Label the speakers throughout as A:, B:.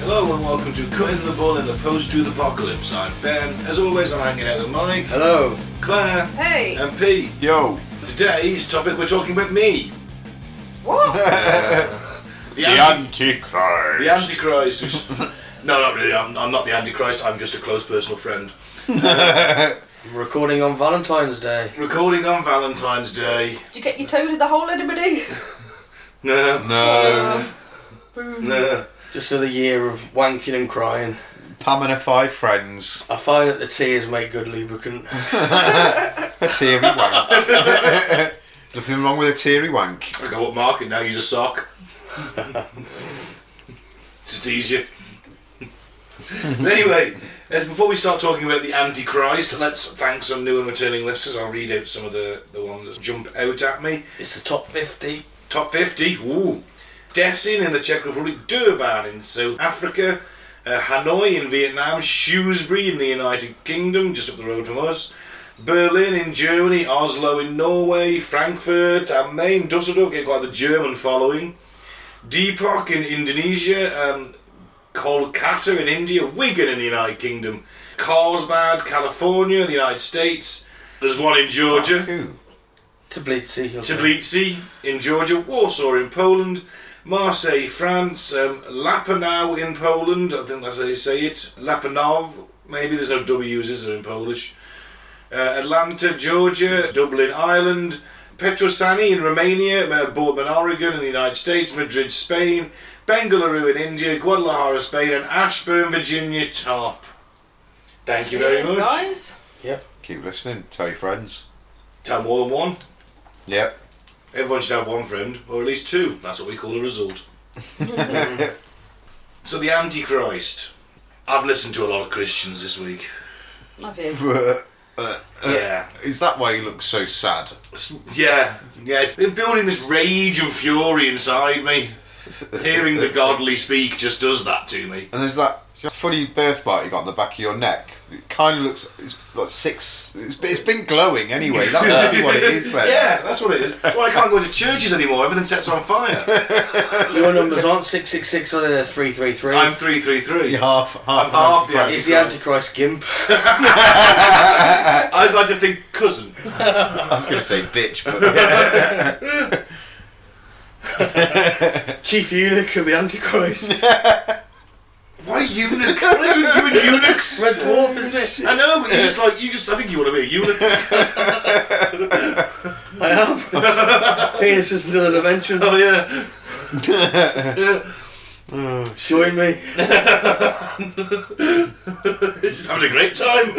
A: Hello and welcome to Cutting the Bull in the Post to the Apocalypse. I'm Ben. As always, I'm hanging out with Mike,
B: Hello.
A: Claire,
C: Hey.
A: and Pete.
B: Yo.
A: Today's topic we're talking about me.
C: What?
A: The,
B: The
A: anti-
B: Antichrist.
A: the Antichrist. who's- no, not really. I'm, I'm not the Antichrist. I'm just a close personal friend.
B: Recording on Valentine's Day.
A: Recording on Valentine's Day.
C: Did you get your toe to the hole, anybody?
A: No,
D: No.
A: no.
B: Just another year of wanking and crying.
D: Pam and her five friends.
B: I find that the tears make good lubricant.
D: A teary wank. Nothing wrong with a teary wank.
A: I go up market now. Use a sock. just easier. anyway, as before we start talking about the Antichrist, let's thank some new and returning listeners. I'll read out some of the, the ones that jump out at me.
B: It's the top 50.
A: Top 50. Ooh. Dessin in the Czech Republic, Durban in South Africa, uh, Hanoi in Vietnam, Shrewsbury in the United Kingdom, just up the road from us, Berlin in Germany, Oslo in Norway, Frankfurt and Main, Dusseldorf, get quite the German following, Depok in Indonesia, um, Kolkata in India, Wigan in the United Kingdom, Carlsbad, California in the United States, there's one in Georgia.
D: Ooh.
B: Tbilisi. you'll say.
A: Tbilisi in Georgia, Warsaw in Poland, Marseille, France, um, Lapanow in Poland. I think that's how you say it. Lapanov, maybe there's no W's is there in Polish. Uh, Atlanta, Georgia, Dublin, Ireland, Petrosani in Romania, uh, Boardman, Oregon in the United States, Madrid, Spain, Bengaluru in India, Guadalajara, Spain, and Ashburn, Virginia, top. Thank you very
C: Cheers,
A: much.
C: Guys.
D: Keep listening. Tell your friends.
A: Tell more than one.
D: Yep.
A: Everyone should have one friend, or at least two. That's what we call a result. so the Antichrist. I've listened to a lot of Christians this week.
C: Love you.
A: yeah,
D: Is that why he looks so sad?
A: It's- yeah, yeah. It's been building this rage and fury inside me. Hearing the godly speak just does that to me.
D: And there's that funny birthmark you got on the back of your neck. It kind of looks. It's like six. It's, it's been glowing anyway. That must be what it is then.
A: Yeah, that's what it is. That's why I can't go to churches anymore. Everything sets on fire.
B: Your numbers aren't 666 or they're 333.
A: I'm three three
D: You're
A: three.
D: Half, half,
A: half the
B: He's the Antichrist Gimp.
A: I'd like to think cousin.
D: I was going to say bitch, but yeah.
B: Chief Eunuch of the Antichrist.
A: Why eunuch? What is with you and eunuchs?
B: Red Dwarf, isn't it?
A: I know, but you just like you just. I think you want to be a eunuch.
B: I am. Penis is another dimension.
A: Oh yeah.
B: Join me.
A: He's having a great time.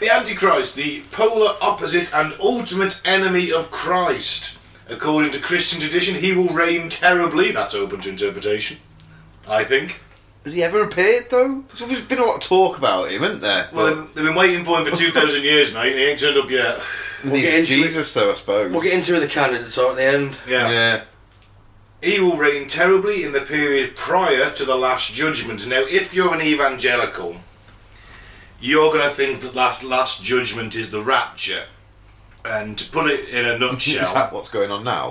A: the Antichrist, the polar opposite and ultimate enemy of Christ. According to Christian tradition, he will reign terribly. That's open to interpretation. I think.
D: Has he ever appeared though? There's been a lot of talk about him, isn't there?
A: Well, they've, they've been waiting for him for 2,000 years, mate, and he ain't turned up yet.
D: But
B: we'll get
D: needs
B: into it.
D: Jesus, though, I suppose.
B: We'll get into the candidates at the end.
A: Yeah.
D: Yeah.
A: He will reign terribly in the period prior to the Last Judgment. Now, if you're an evangelical, you're going to think that last Last Judgment is the rapture. And to put it in a nutshell,
D: Is that what's going on now?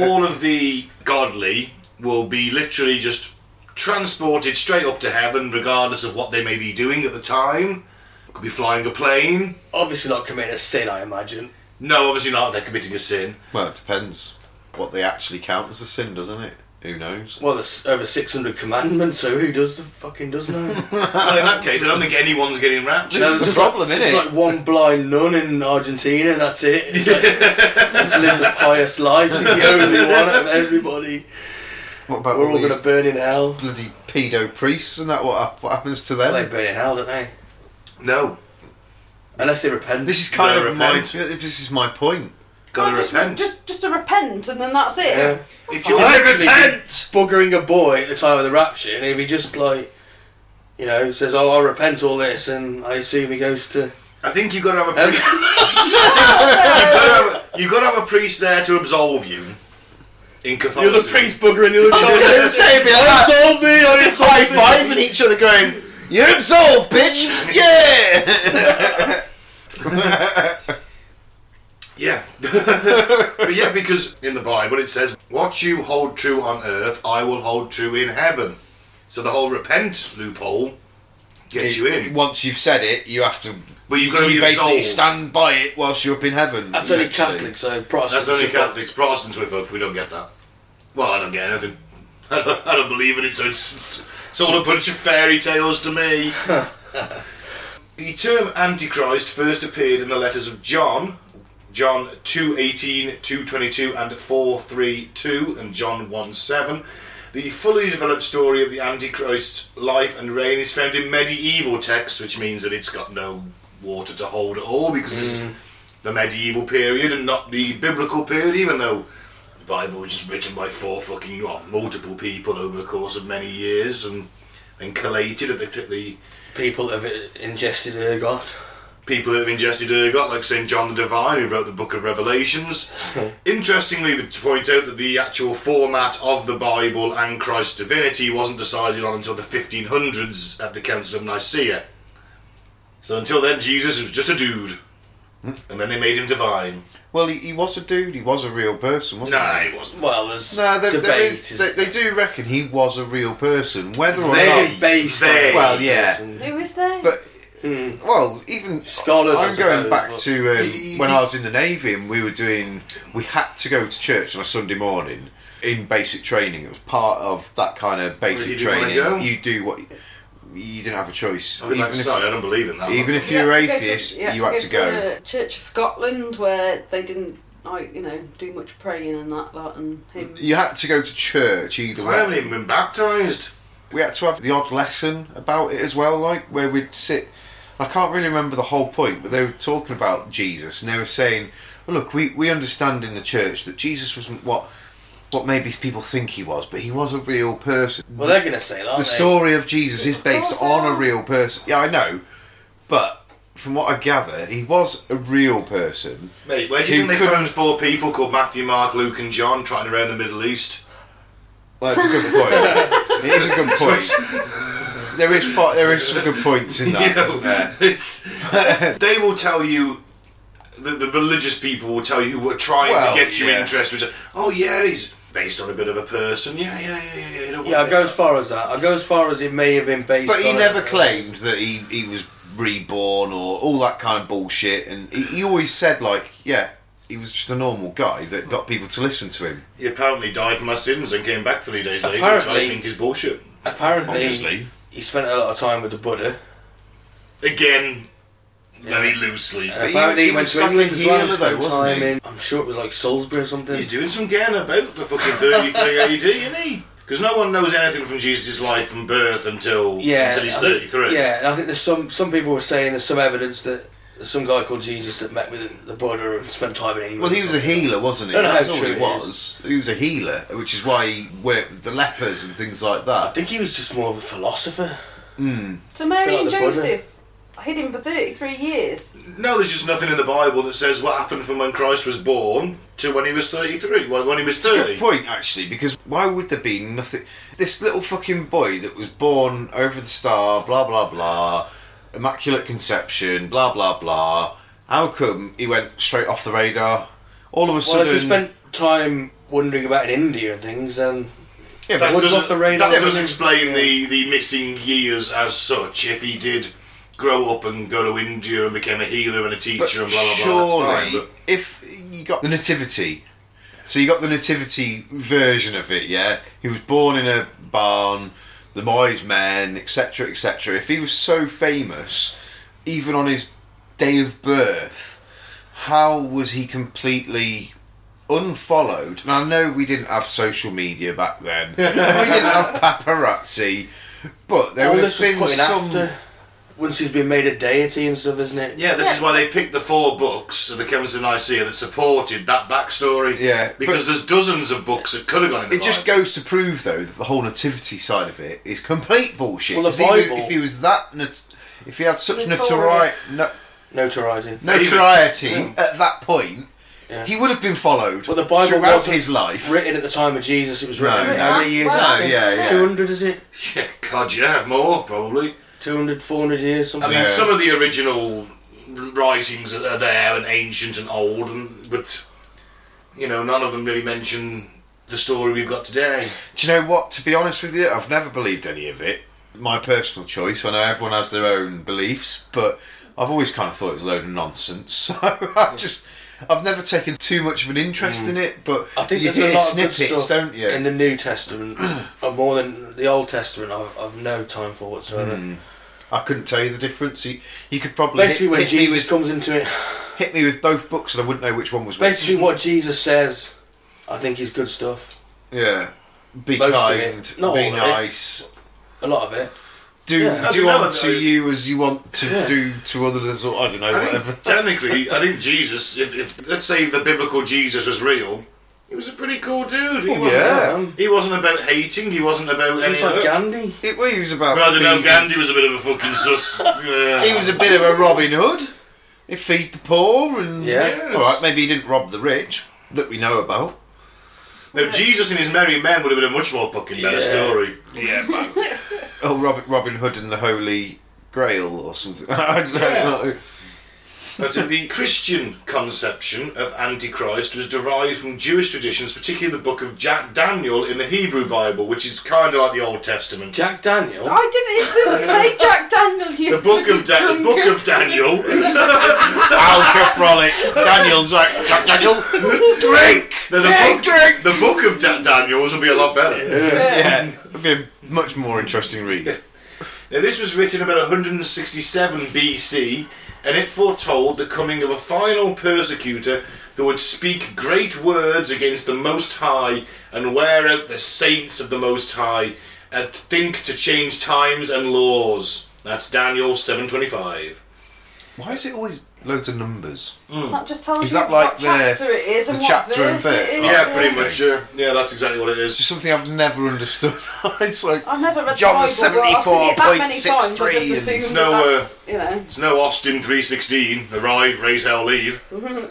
A: all of the godly will be literally just transported straight up to heaven, regardless of what they may be doing at the time. Could be flying a plane.
B: Obviously not committing a sin, I imagine.
A: No, obviously not. They're committing a sin.
D: Well, it depends what they actually count as a sin, doesn't it? Who knows?
B: Well, there's over 600 commandments, so who does the fucking does know?
A: Well, in that case, I don't think anyone's getting
D: This
A: raptured.
D: is the problem,
B: It's
D: innit?
B: like one blind nun in Argentina, and that's it. It's like, just lived a pious life. She's the only one out of everybody.
D: What about
B: We're
D: all
B: all
D: these
B: going to burn in hell.
D: bloody pedo priests and that? What, hap- what happens to them?
B: They burn in hell, don't they?
A: No,
B: Unless they repent.
D: this is kind
A: Gotta
D: of my.
A: repent.
D: This is my point.
A: gotta
C: just,
A: repent.
C: Just, just to repent, and then that's it.
B: Yeah.
A: if
B: I've
A: you're
B: actually been buggering a boy at the time of the rapture, and if he just like, you know, says, "Oh, I repent all this," and I assume he goes to.
A: I think you've got to have a
B: Um,
A: priest. you've, got to have a, you've got to have a priest there to absolve you. In
B: You're
A: Catholicism,
B: the priest buggering the other child.
D: Save it
B: Absolve me! I absolve
D: High
B: me.
D: five and each other going. You're absolved, bitch. Yeah.
A: Yeah. but yeah, because in the Bible it says, What you hold true on earth, I will hold true in heaven. So the whole repent loophole gets
D: It-
A: you in.
D: Once you've said it, you have to.
A: But you've gotta
D: you
A: be
D: basically
A: absolved.
D: stand by it whilst you're up in heaven.
B: That's only
D: essentially.
B: Catholic, so Protestant.
A: That's only Catholics. Protestants we're fucked. We don't get that. Well, I don't get anything. I don't, I don't believe in it, so it's, it's, it's all a bunch of fairy tales to me. the term Antichrist first appeared in the letters of John, John 2.18, 2.22 and 4.32 and John 1.7. The fully developed story of the Antichrist's life and reign is found in medieval texts, which means that it's got no water to hold at all because it's the medieval period and not the biblical period, even though the Bible was just written by four fucking well, multiple people over the course of many years and and collated at the, t- the
B: People have ingested ergot.
A: people that have ingested ergot, like St. John the Divine, who wrote the Book of Revelations. Interestingly, to point out that the actual format of the Bible and Christ's divinity wasn't decided on until the 1500s at the Council of Nicaea. So until then, Jesus was just a dude. And then they made him divine.
D: Well, he, he was a dude. He was a real person, wasn't
A: Nah,
D: he?
A: he wasn't.
B: Well, there's
D: No, there,
B: debate.
D: there is.
B: is-
D: They, they do reckon he was a real person, whether or
A: They-
D: not.
B: based
A: They-
B: on
D: Well, yeah.
B: person.
C: Who is there?
D: But well, even
B: Hmm. Scholars, I
D: I'm going
B: suppose,
D: back
B: but-
D: to um,
A: y-
D: when I was in the navy, and we were doing. We had to go to church on a Sunday morning in basic training. It was part of that kind of
A: you
D: basic
A: didn't wanna
D: training.
A: go?
D: You do what you didn't have a choice.
A: I mean, like,
D: Even if-
A: sorry, I don't believe in that.
D: even if you
C: had
D: were
C: to go to-
D: atheist, you had to go.
C: the Church of Scotland, where they didn't, like, you know, do much praying and that lot, and him.
D: You had to go to church either
A: I haven't
D: way.
A: even been baptised.
D: We had to have the odd lesson about it as well, like where we'd sit. I can't really remember the whole point, but they were talking about Jesus, and they were saying, well, "Look, we, we understand in the church that Jesus wasn't what what maybe people think he was, but he was a real person.
B: Well, they're going to say that. aren't
D: the
B: they?
D: story of Jesus is based
C: course they
D: on a
C: are.
D: real person. Yeah, I know, but from what I gather, he was a real person.
A: Mate, where do you
D: Who
A: think they
D: couldn't-
A: found four people called Matthew, Mark, Luke, and John trotting around the Middle East?
D: Well, that's a good point. it is a good point. There is fo- there is some good points in that.
A: You know,
D: isn't there?
A: it's they will tell you. The, the religious people will tell you who are trying
D: Well,
A: to get you
D: yeah.
A: interested. which are, Oh yeah, he's based on a bit of a person. Yeah, yeah, yeah, yeah. don't
B: Yeah, I
A: want
B: go
A: that.
B: as far as that. I go as far as it may have been based.
D: But he
B: on
D: never
B: it.
D: claimed that he, he was reborn or all that kind of bullshit. And he, he always said, like, yeah, he was just a normal guy that got people to listen to him.
A: He apparently died for my sins and came back three days later, which I
B: Apparently.
A: think is bullshit.
B: Apparently,
A: Obviously.
B: he spent a lot of time with the Buddha.
A: Again, very loosely.
B: And
D: But he-
B: apparently, he,
D: he
B: went
D: was
B: to England as
D: second
B: well. and
D: healer,
B: spent
D: though, wasn't
B: time
D: he?
B: in. I'm sure it was like Salisbury or something.
A: He's doing some getting about for fucking 33 AD, isn't he? Because no one knows anything from Jesus' life from birth until
B: yeah,
A: until he's
B: I think-
A: 33.
B: yeah, and I think there's some some people were saying there's some evidence that there's some guy called Jesus that met with the Buddha and spent time in England.
D: Well, he
B: or
D: was a
B: something.
D: healer, wasn't he?
B: I don't know
D: That's
B: how
D: all
B: true
D: he
B: it
D: was. He was a healer, which is why he worked with the lepers and things like
B: I
D: that.
B: think he was just more of a philosopher.
C: So Mary
B: Bit
C: and
B: like the Buddha.
C: Joseph hid him for 33 years.
A: No, there's just nothing in the Bible that says what happened from when Christ was born to when he was 33, when, when he was
D: It's a good
A: 30.
D: point, actually, because why would there be nothing? This little fucking boy that was born over the star, blah blah blah, immaculate conception, blah blah blah. How come he went straight off the radar? All of a
B: Well,
D: sudden,
B: if he spent time wondering about in India and things, then
D: yeah,
A: That
D: but
B: Woods
A: doesn't-
B: off the radar.
A: that
B: Yeah,
A: does
B: but-
A: explain
B: yeah.
A: the, the missing years as such. If he did grow up and go to India and became a healer and a teacher
D: but
A: and blah blah blah, that's
D: surely,
A: fine,
D: if you got the nativity, so you got the nativity version of it, yeah. He was born in a barn, the wise man, etc., etc. If he was so famous, even on his day of birth, how was he completely? Unfollowed, and I know we didn't have social media back then. we didn't have paparazzi, but there
B: all
D: would
B: this
D: have
B: was put
D: been
B: in
D: some.
B: after. Once he's been made a deity and stuff, isn't it?
A: But yeah, this is why they picked the four books of the Council of Nicaea that supported that backstory.
D: Yeah,
A: because there's dozens of books that could have gone in the
D: It just
A: Bible.
D: goes to prove, though, that the whole nativity side of it is complete bullshit.
B: Well, the
D: 'Cause he was-
B: Bible-
D: if he was that, nat- if he had such notori-
C: Notorious.
D: no-
B: Notarizing.
D: notoriety at that point,
B: Yeah.
D: he would have been followed
B: But the Bible
D: throughout
B: wasn't
D: his life.
B: Written at the time of Jesus, it was written.
D: No,
B: how
C: no.
B: many years?
C: No,
B: after?
D: yeah, yeah.
B: 200 is it?
A: Yeah, God, yeah, more probably.
B: 200, 400 years,
A: I
B: something.
A: mean,
D: Yeah.
A: some of the original writings that are there and ancient and old, and but you know, none of them really mention the story we've got today.
D: Do you know what? To be honest with you, I've never believed any of it. My personal choice. I know everyone has their own beliefs, but I've always kind of thought it was a load of nonsense. So I just, I've never taken too much of an interest in it. But
B: Hmm. I think
D: you
B: there's a
D: hear
B: lot
D: snippets,
B: of good stuff
D: don't you?
B: in the New Testament, and more than the Old Testament. I've, I've no time for whatsoever.
D: Hmm. I couldn't tell you the difference. You, you could probably
B: Basically,
D: hit,
B: when
D: hit me
B: Jesus
D: with,
B: comes into it,
D: hit me with both books, and I wouldn't know which one was which.
B: basically what Jesus says, I think is good stuff.
D: Yeah. Be
B: Most of
D: kind.
B: it. Not
D: be
B: all of it.
D: nice.
B: A lot of it.
D: Do
B: Yeah.
A: As we
D: do
A: know,
D: unto
A: though-
D: you as you want to
B: Yeah.
D: do to others, or I don't know,
A: I
D: whatever.
A: think, technically, I think Jesus, if, if let's say the biblical Jesus was real, he was a pretty cool dude. He
D: Well,
A: wasn't,
D: Yeah.
B: Um,
A: he wasn't about hating, he wasn't about
B: it's
A: any of
B: like
A: that.
B: Gandhi.
D: It was about.
A: Well, I don't know,
D: feeding-
A: Gandhi was a bit of a fucking sus. Yeah.
D: He was a bit of a Robin Hood. He feed the poor and
B: Yeah.
A: Yes.
D: all right. Maybe he didn't rob the rich that we know about.
A: Now, Jesus and his merry men would have been a much more fucking better
B: Yeah.
A: story. Yeah, man.
D: Oh, Robin, Robin Hood and the Holy Grail or something. I don't know.
A: But the Christian conception of Antichrist was derived from Jewish traditions, particularly the book of Jack Daniel in the Hebrew Bible, which is kind of like the Old Testament.
B: Jack Daniel.
C: I didn't. It doesn't say Jack Daniel. You
A: The book of
C: bloody
A: Dan- the book of
C: drunkard.
A: Daniel.
D: Alka frolic. Daniel's like "Jack Daniel. Drink.
A: No, the, book, the book of da- Daniels would be a lot better.
D: Yeah, it'd be a much more interesting read.
A: Now, this was written about 167 BC, and it foretold the coming of a final persecutor who would speak great words against the Most High and wear out the saints of the Most High, and think to change times and laws. That's Daniel 7:25.
D: Why is it always loads of numbers?
C: That just tells
D: Is
C: you
D: that like
C: what
D: the-
C: chapter it is and
D: the
C: what
D: chapter and
C: verse it
D: bit?
C: is.
D: Right.
A: Yeah, pretty much. Yeah, yeah, that's exactly what it
D: It's
A: is.
D: something I've never understood. it's like
C: I've never read
D: John
C: the Bible, but I've seen it that many times. I
D: 74.63
C: just
D: and
C: assumed
A: no, uh,
C: that that's, you know.
A: It's no Austin 316, arrive, raise hell, leave,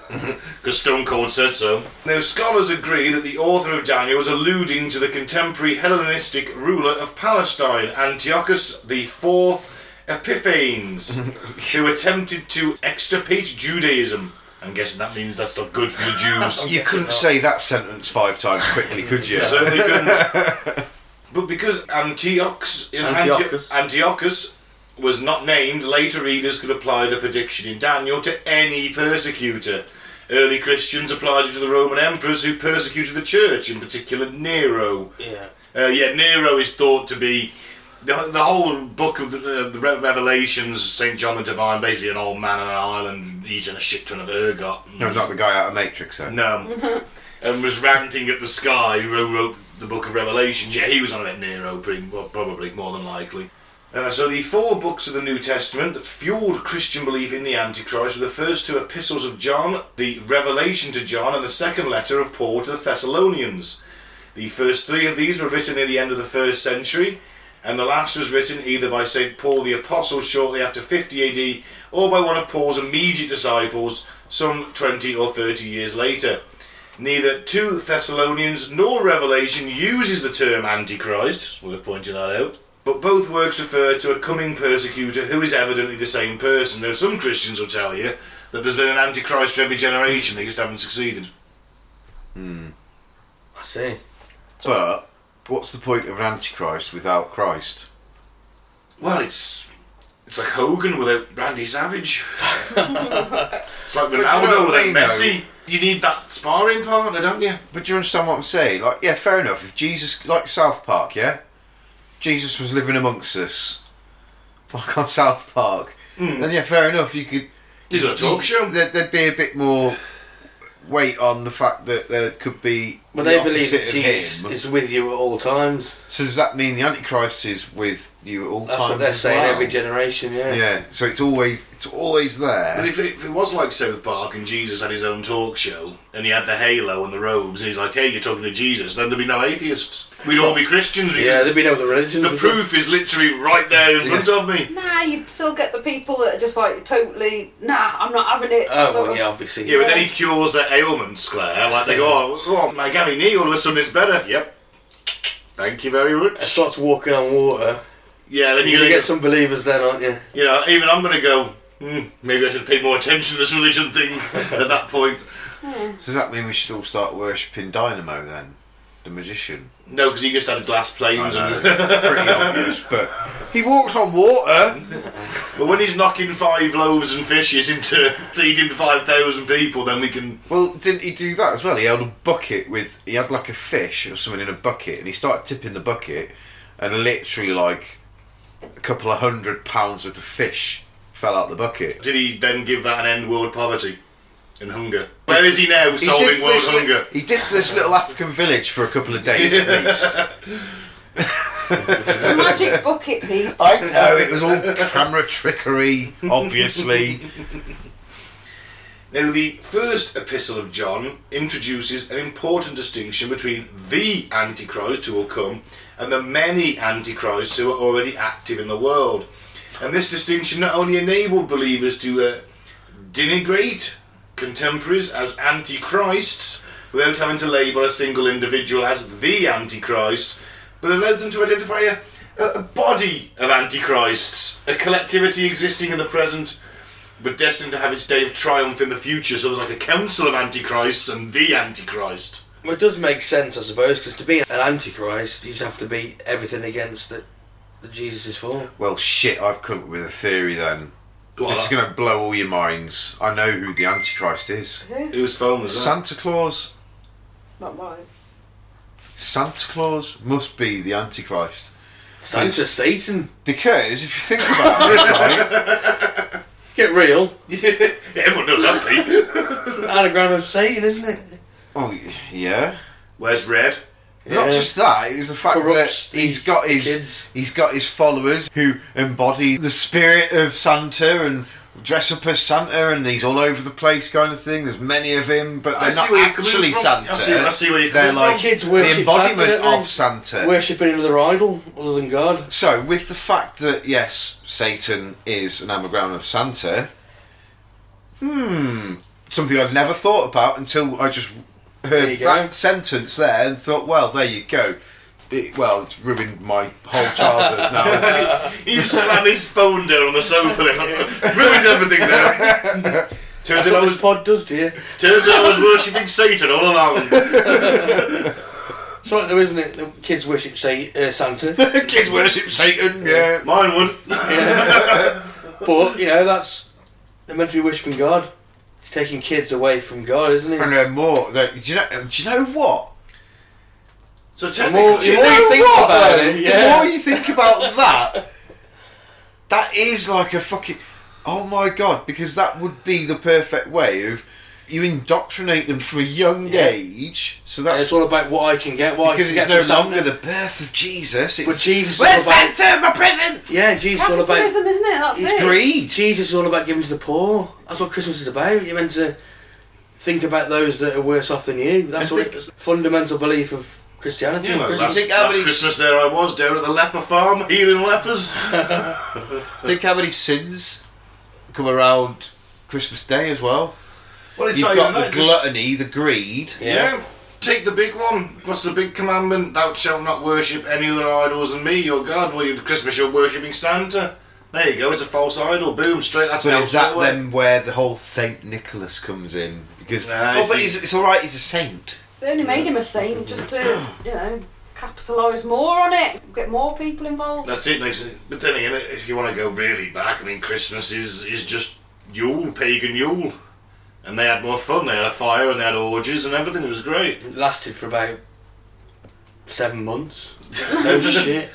A: because Stone Cold said so. Now, scholars agree that the author of Daniel was alluding to the contemporary Hellenistic ruler of Palestine, Antiochus IV Epiphanes, who attempted to extirpate Judaism. I'm guessing that means that's not good for the Jews.
D: you couldn't say that sentence five times quickly, could you?
A: Certainly couldn't. But because Antiochus, in Antio-
B: Antiochus.
A: Antiochus was not named, later readers could apply the prediction in Daniel to any persecutor. Early Christians applied it to the Roman emperors who persecuted the church, in particular Nero.
B: Yeah.
A: Uh, yeah, Nero is thought to be the, the whole book of the, uh, the Re- Revelations, St. John the Divine, basically an old man on an island eating a shit ton of ergot.
D: No, not the guy out of Matrix, though.
A: No. and was ranting at the sky who wrote the book of Revelations. Yeah, he was on about Nero, pretty, well, probably, more than likely. Uh, so the four books of the New Testament that fueled Christian belief in the Antichrist were the first two epistles of John, the Revelation to John, and the second letter of Paul to the Thessalonians. The first three of these were written near the end of the first century, and the last was written either by St. Paul the Apostle shortly after 50 AD or by one of Paul's immediate disciples some 20 or 30 years later. Neither 2 Thessalonians nor Revelation uses the term Antichrist, worth pointing that out, but both works refer to a coming persecutor who is evidently the same person, though some Christians will tell you that there's been an Antichrist for every generation, they just haven't succeeded.
B: I see.
D: But what's the point of an antichrist without Christ?
A: Well, it's it's like Hogan without Randy Savage. it's like Ronaldo
D: you know what I
A: without
D: mean,
A: Messi. You need that sparring partner, don't you?
D: But do you understand what I'm saying? Like, yeah, fair enough. If Jesus, like South Park, yeah, Jesus was living amongst us, like on South Park, then yeah, fair enough. You could.
A: He's got a talk show.
D: There'd, there'd be a bit more weight on the fact that there could be.
B: But
D: the
B: they believe
D: opposite
B: that
D: of
B: Jesus
D: him.
B: is with you at all times.
D: So does that mean the Antichrist is with you at all
B: That's
D: times?
B: what they're
D: as
B: saying
D: well?
B: every generation. Yeah.
D: Yeah, so it's always it's always there.
A: But if it, if it was like South Park and Jesus had his own talk show and he had the halo and the robes and he's like, hey, you're talking to Jesus, then there'd be no atheists. We'd all be Christians
B: Yeah,
A: because
B: there'd be no other religions.
A: the
B: would there?
A: proof is literally right there in front of me.
C: Nah, you'd still get the people that are just like totally. Nah, I'm not having it.
B: Oh,
C: sort
B: well,
C: of.
B: yeah, obviously.
A: Yeah, but then he cures their ailments, Claire. Like they go, oh, oh my Gabby Neal or something is better. Yep. Thank you very
B: It
A: much.
B: starts walking on water.
A: Yeah, then you're
B: You're gonna
A: going to
B: get some believers then, aren't you?
A: you know, even I'm going to go, hmm, maybe I should pay more attention to this religion thing at that point.
D: So does that mean we should all start worshipping Dynamo then? the magician.
A: No, because he just had glass planes. And,
D: Pretty obvious, but he walked on water.
A: but when he's knocking five loaves and fishes into feeding five thousand people, then we can.
D: Well, didn't he do that as well? He held a bucket with he had like a fish or something in a bucket, and he started tipping the bucket, and literally like a couple of hundred pounds worth of fish fell out the bucket.
A: Did he then give that an end world poverty and hunger? Where is he now
D: He
A: solving
D: did
A: world
D: this li-
A: hunger?
D: he did this little African village for a couple of days at least.
C: It's a magic bucket, Pete.
D: I know it was all camera trickery, obviously.
A: Now, the first epistle of John introduces an important distinction between the Antichrist who will come and the many Antichrists who are already active in the world. And this distinction not only enabled believers to uh, denigrate contemporaries as Antichrists without having to label a single individual as the Antichrist, but allowed them to identify a, a- a body of Antichrists, a collectivity existing in the present but destined to have its day of triumph in the future. So there's like a council of antichrists and the antichrist.
B: Well, it does make sense, I suppose, because to be an antichrist, you just have to be everything against that that Jesus is for.
D: Well, shit, I've come up with a theory then.
A: What?
D: This is going to blow all your minds. I know who the Antichrist is.
A: Whose phone was that?
D: Santa Claus.
C: Not why.
D: Santa Claus must be the Antichrist.
B: Santa,
D: Yes.
B: Satan,
D: Because if you think about it, right,
B: get real.
A: Everyone knows that, Pete.
B: Anagram of Satan, isn't it?
D: oh yeah.
A: Where's Red?
D: Not
B: Yeah.
D: just that, it was the fact
B: Corrupts
D: that
B: the
D: he's got his
B: kids.
D: he's got his followers who embody the spirit of Santa and dress up as Santa and he's all over the place kind of thing. There's many of him, but
A: I
D: they're
A: see
D: not
A: where you're coming
D: actually
A: from.
D: Santa.
A: I see- I see where you're
D: they're
A: coming
D: like
A: from.
B: Kids
D: the
B: worship
D: embodiment
B: Santa, don't they?
D: of Santa.
B: Worshipping another idol other than God.
D: So, with the fact that yes, Satan is an anagram of Santa, hmm, something I've never thought about until I just
B: you
D: heard
B: go.
D: that sentence there and thought, well, there you go. It, well, it's ruined my whole childhood now.
A: He slammed his phone down on the sofa. Then ruined everything now. Turns out,
B: That's
A: I
B: what this
A: was,
B: pod does to you.
A: turns out I was worshipping Satan all along.
B: It's like there isn't it. The kids worship Sa- uh, Santa,
D: Kids worship Satan, yeah.
A: Mine would.
B: but you know that's they're meant to be worshiping God. He's taking kids away from God, isn't he?
D: And then more. That, do you know? Do you know what?
A: So
B: The more,
A: technically,
B: the
D: Do
B: more you think about
D: though?
B: it, yeah.
D: The more you think about that, that is like a fucking. Oh my god! Because that would be the perfect way of you indoctrinate them from a young
B: Yeah.
D: age. So
B: And
D: that's
B: it's all about what I can get. What
D: because
B: I can
D: it's
B: get
D: no
B: from Santa.
D: longer the birth of Jesus. It's,
B: Jesus is
D: where's
B: all about-
D: Santa? My presents.
B: Yeah, Jesus is all about
C: Capitalism, isn't it? That's it.
D: Greed.
B: Jesus is all about giving to the poor. That's what Christmas is about. You're meant to think about those that are worse off than you. That's
D: And
B: what
D: think-
B: it's fundamental belief of Christianity.
A: you know,
B: Christ-
A: last,
D: think how
A: last
D: many-
A: Christmas there I was down at the leper farm healing lepers.
D: Think how many sins come around Christmas Day as well.
A: Well, it's
D: You've
A: not
D: got
A: even
D: the
A: that. just-
D: gluttony, the greed.
A: Yeah. Take the big one. What's the big commandment? Thou shalt not worship any other idols than me, your God. Well, you Christmas, you're worshipping Santa. There you go. It's a false idol. Boom, straight. That's
D: But
A: an
D: is that
A: elsewhere.
D: then where the whole Saint Nicholas comes in? Because
A: Nah,
D: oh,
A: it's
D: but
A: the-
D: he's, it's all right. He's a saint.
C: They only made him a saint just to, you know, capitalise more on it, get more people involved.
A: That's it. Makes it. But then again, if you want to go really back, I mean, Christmas is is just Yule, pagan Yule, and they had more fun. They had a fire and they had orgies and everything. It was great.
B: It lasted for about seven months. No shit.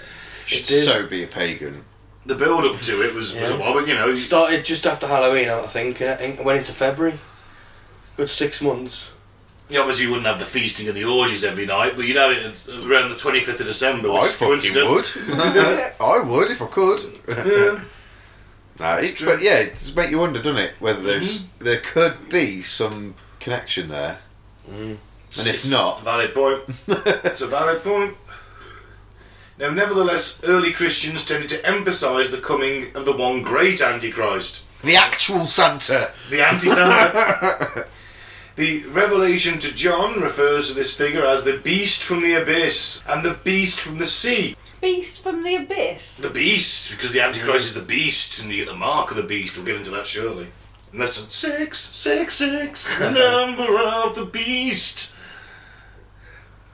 D: Should
B: did.
D: so be a pagan.
A: The build up to it was was a
B: Yeah.
A: while, but you know,
B: It started just after Halloween, I think, and I think it went into February. Good six months.
A: you obviously you wouldn't have the feasting and the orgies every night, but you'd have it around the twenty fifth of December. Which
D: I
A: is
D: fucking
A: coincident-
D: would. I would if I could. Nah, it-
A: true.
D: but yeah, it does make you wonder, doesn't it? Whether there's
A: Mm-hmm.
D: there could be some connection there, and if
A: Mm. It's a
D: not,
A: valid point. it's a valid point. Now, nevertheless, early Christians tended to emphasise the coming of the one great Antichrist,
D: the actual Santa.
A: the Anti-Santa. the revelation to John refers to this figure as the beast from the abyss and the beast from the sea.
C: Beast from the abyss.
A: The beast, because the Antichrist is the beast, and you get the mark of the beast. We'll get into that shortly. And that's six, six, six, number of the beast.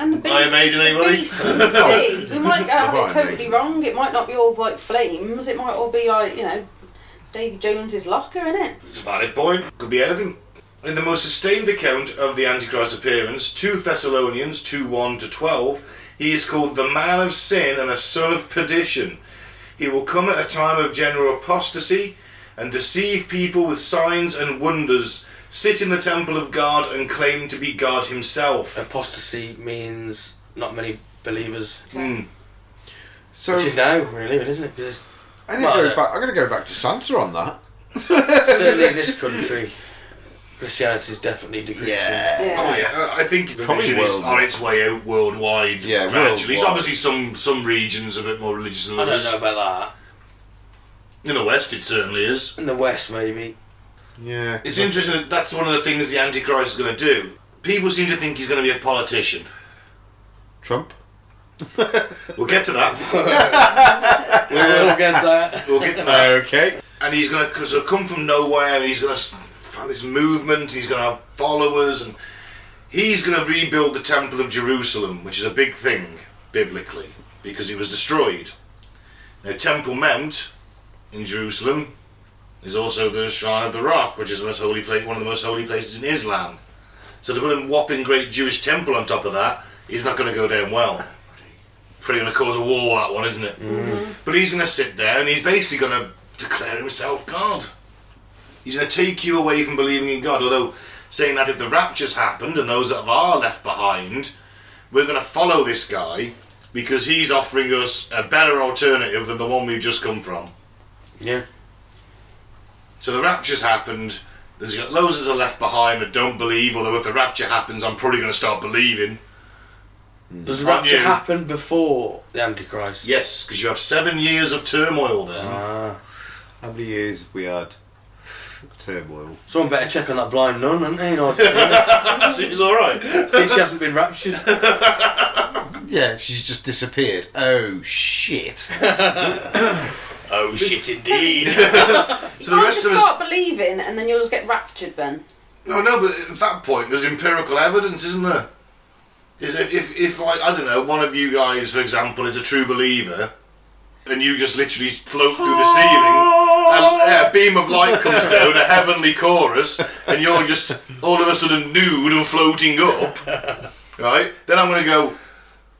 C: And the beast,
A: Iron Maiden,
C: the
A: anybody?
C: beast from the sea. We might have
D: Iron
C: it totally
D: Maiden.
C: wrong. It might not be all like flames. It might all be like you know, Davy Jones's locker in it.
A: It's a valid point. Could be anything. In the most sustained account of the Antichrist's appearance, 2 Thessalonians 2 1 to 12, he is called the man of sin and a son of perdition. He will come at a time of general apostasy and deceive people with signs and wonders, sit in the temple of God and claim to be God
D: Uh,
A: himself.
B: Apostasy means not many believers.
A: Hmm.
D: So
B: Which is now, really, isn't it? Because
D: I'm gonna
B: Well,
D: go
B: uh,
D: back. I'm gonna go back to Santa on that.
B: certainly in this country, Christianity is definitely decreasing.
A: Oh
C: Yeah.
A: yeah, I I think religion is
D: world-
A: on its way out worldwide.
D: Yeah,
A: gradually. It's
D: worldwide.
A: obviously some some regions a bit more religious than
B: I don't
A: others.
B: know about
A: In the West, it certainly is.
B: that. In the West, maybe.
D: Yeah,
A: It's interesting that that's one of the things the Antichrist is going to do. People seem to think he's going to be a politician.
D: Trump.
A: We'll get to that.
B: We're all against that.
A: We'll get to that.
D: Okay.
A: And he's going to sort of come from nowhere and he's going to find this movement, he's going to have followers, and he's going to rebuild the Temple of Jerusalem, which is a big thing biblically because it was destroyed. Now, Temple Mount in Jerusalem is also the Shrine of the Rock, which is the most holy place, one of the most holy places in Islam. So to put a whopping great Jewish temple on top of that is not going to go down well. Pretty going to cause a war, that one, isn't it? But he's going to sit there and he's basically going to declare himself God. He's going to take you away from believing in God. Although saying that if the rapture's happened and those that are left behind, we're going to follow this guy because he's offering us a better alternative than the one we've just come from.
B: Yeah.
A: So the rapture's happened. There's got loads that are left behind that don't believe. Although if the rapture happens, I'm probably going to start believing.
B: Does the rapture
A: you.
B: happen before the Antichrist?
A: Yes, because you have seven years of turmoil there.
B: Ah.
D: How many years have we had turmoil?
B: Someone better check on that blind nun, hadn't they? in order to
A: Seems all right.
B: See if she hasn't been raptured.
D: Yeah, she's just disappeared. Oh shit!
B: Oh shit, indeed.
A: So
C: you
A: the
C: can't
A: rest
C: just
A: of us.
C: start believing, and then you'll just get raptured, Ben.
A: No, no, but at that point, there's empirical evidence, isn't there? Is it, if, if like, I don't know, one of you guys, for example, is a true believer, and you just literally float through the ceiling, a, a beam of light comes down, a heavenly chorus, and you're just all of a sudden nude and floating up, right? Then I'm going to go,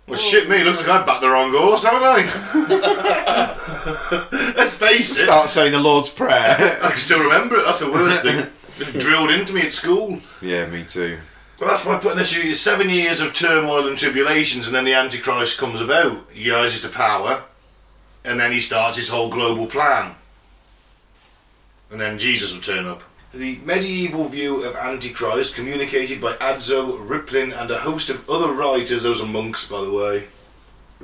A: well, shit me, looks like I backed the wrong horse, haven't I? Let's face it.
D: Start saying the Lord's prayer.
A: I can still remember it, that's the worst thing. It drilled into me at school.
D: yeah, me too.
A: Well, that's my point. That's you. Seven years of turmoil and tribulations, and then the Antichrist comes about. He rises to power, and then he starts his whole global plan. And then Jesus will turn up. The medieval view of Antichrist, communicated by Adzo, Riplin, and a host of other writers, those are monks, by the way.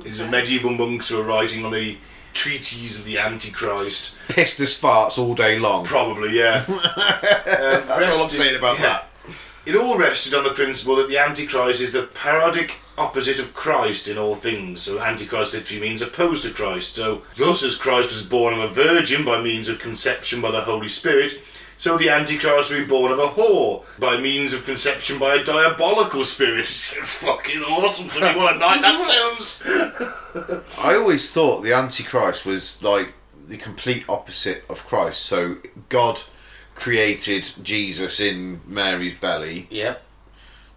A: These are medieval monks who are writing on the treatise of the Antichrist.
D: Pissed as farts all day long.
A: Probably, yeah. Um,
D: That's all I'm
A: rested-
D: saying about
A: yeah.
D: that.
A: It all rested on the principle that the Antichrist is the parodic opposite of Christ in all things. So, Antichrist literally means opposed to Christ. So, thus, as Christ was born of a virgin by means of conception by the Holy Spirit, so the Antichrist will be born of a whore by means of conception by a diabolical spirit. It sounds fucking awesome to me. What a night that sounds!
D: I always thought the Antichrist was like the complete opposite of Christ. So God created Jesus in Mary's belly.
B: Yep.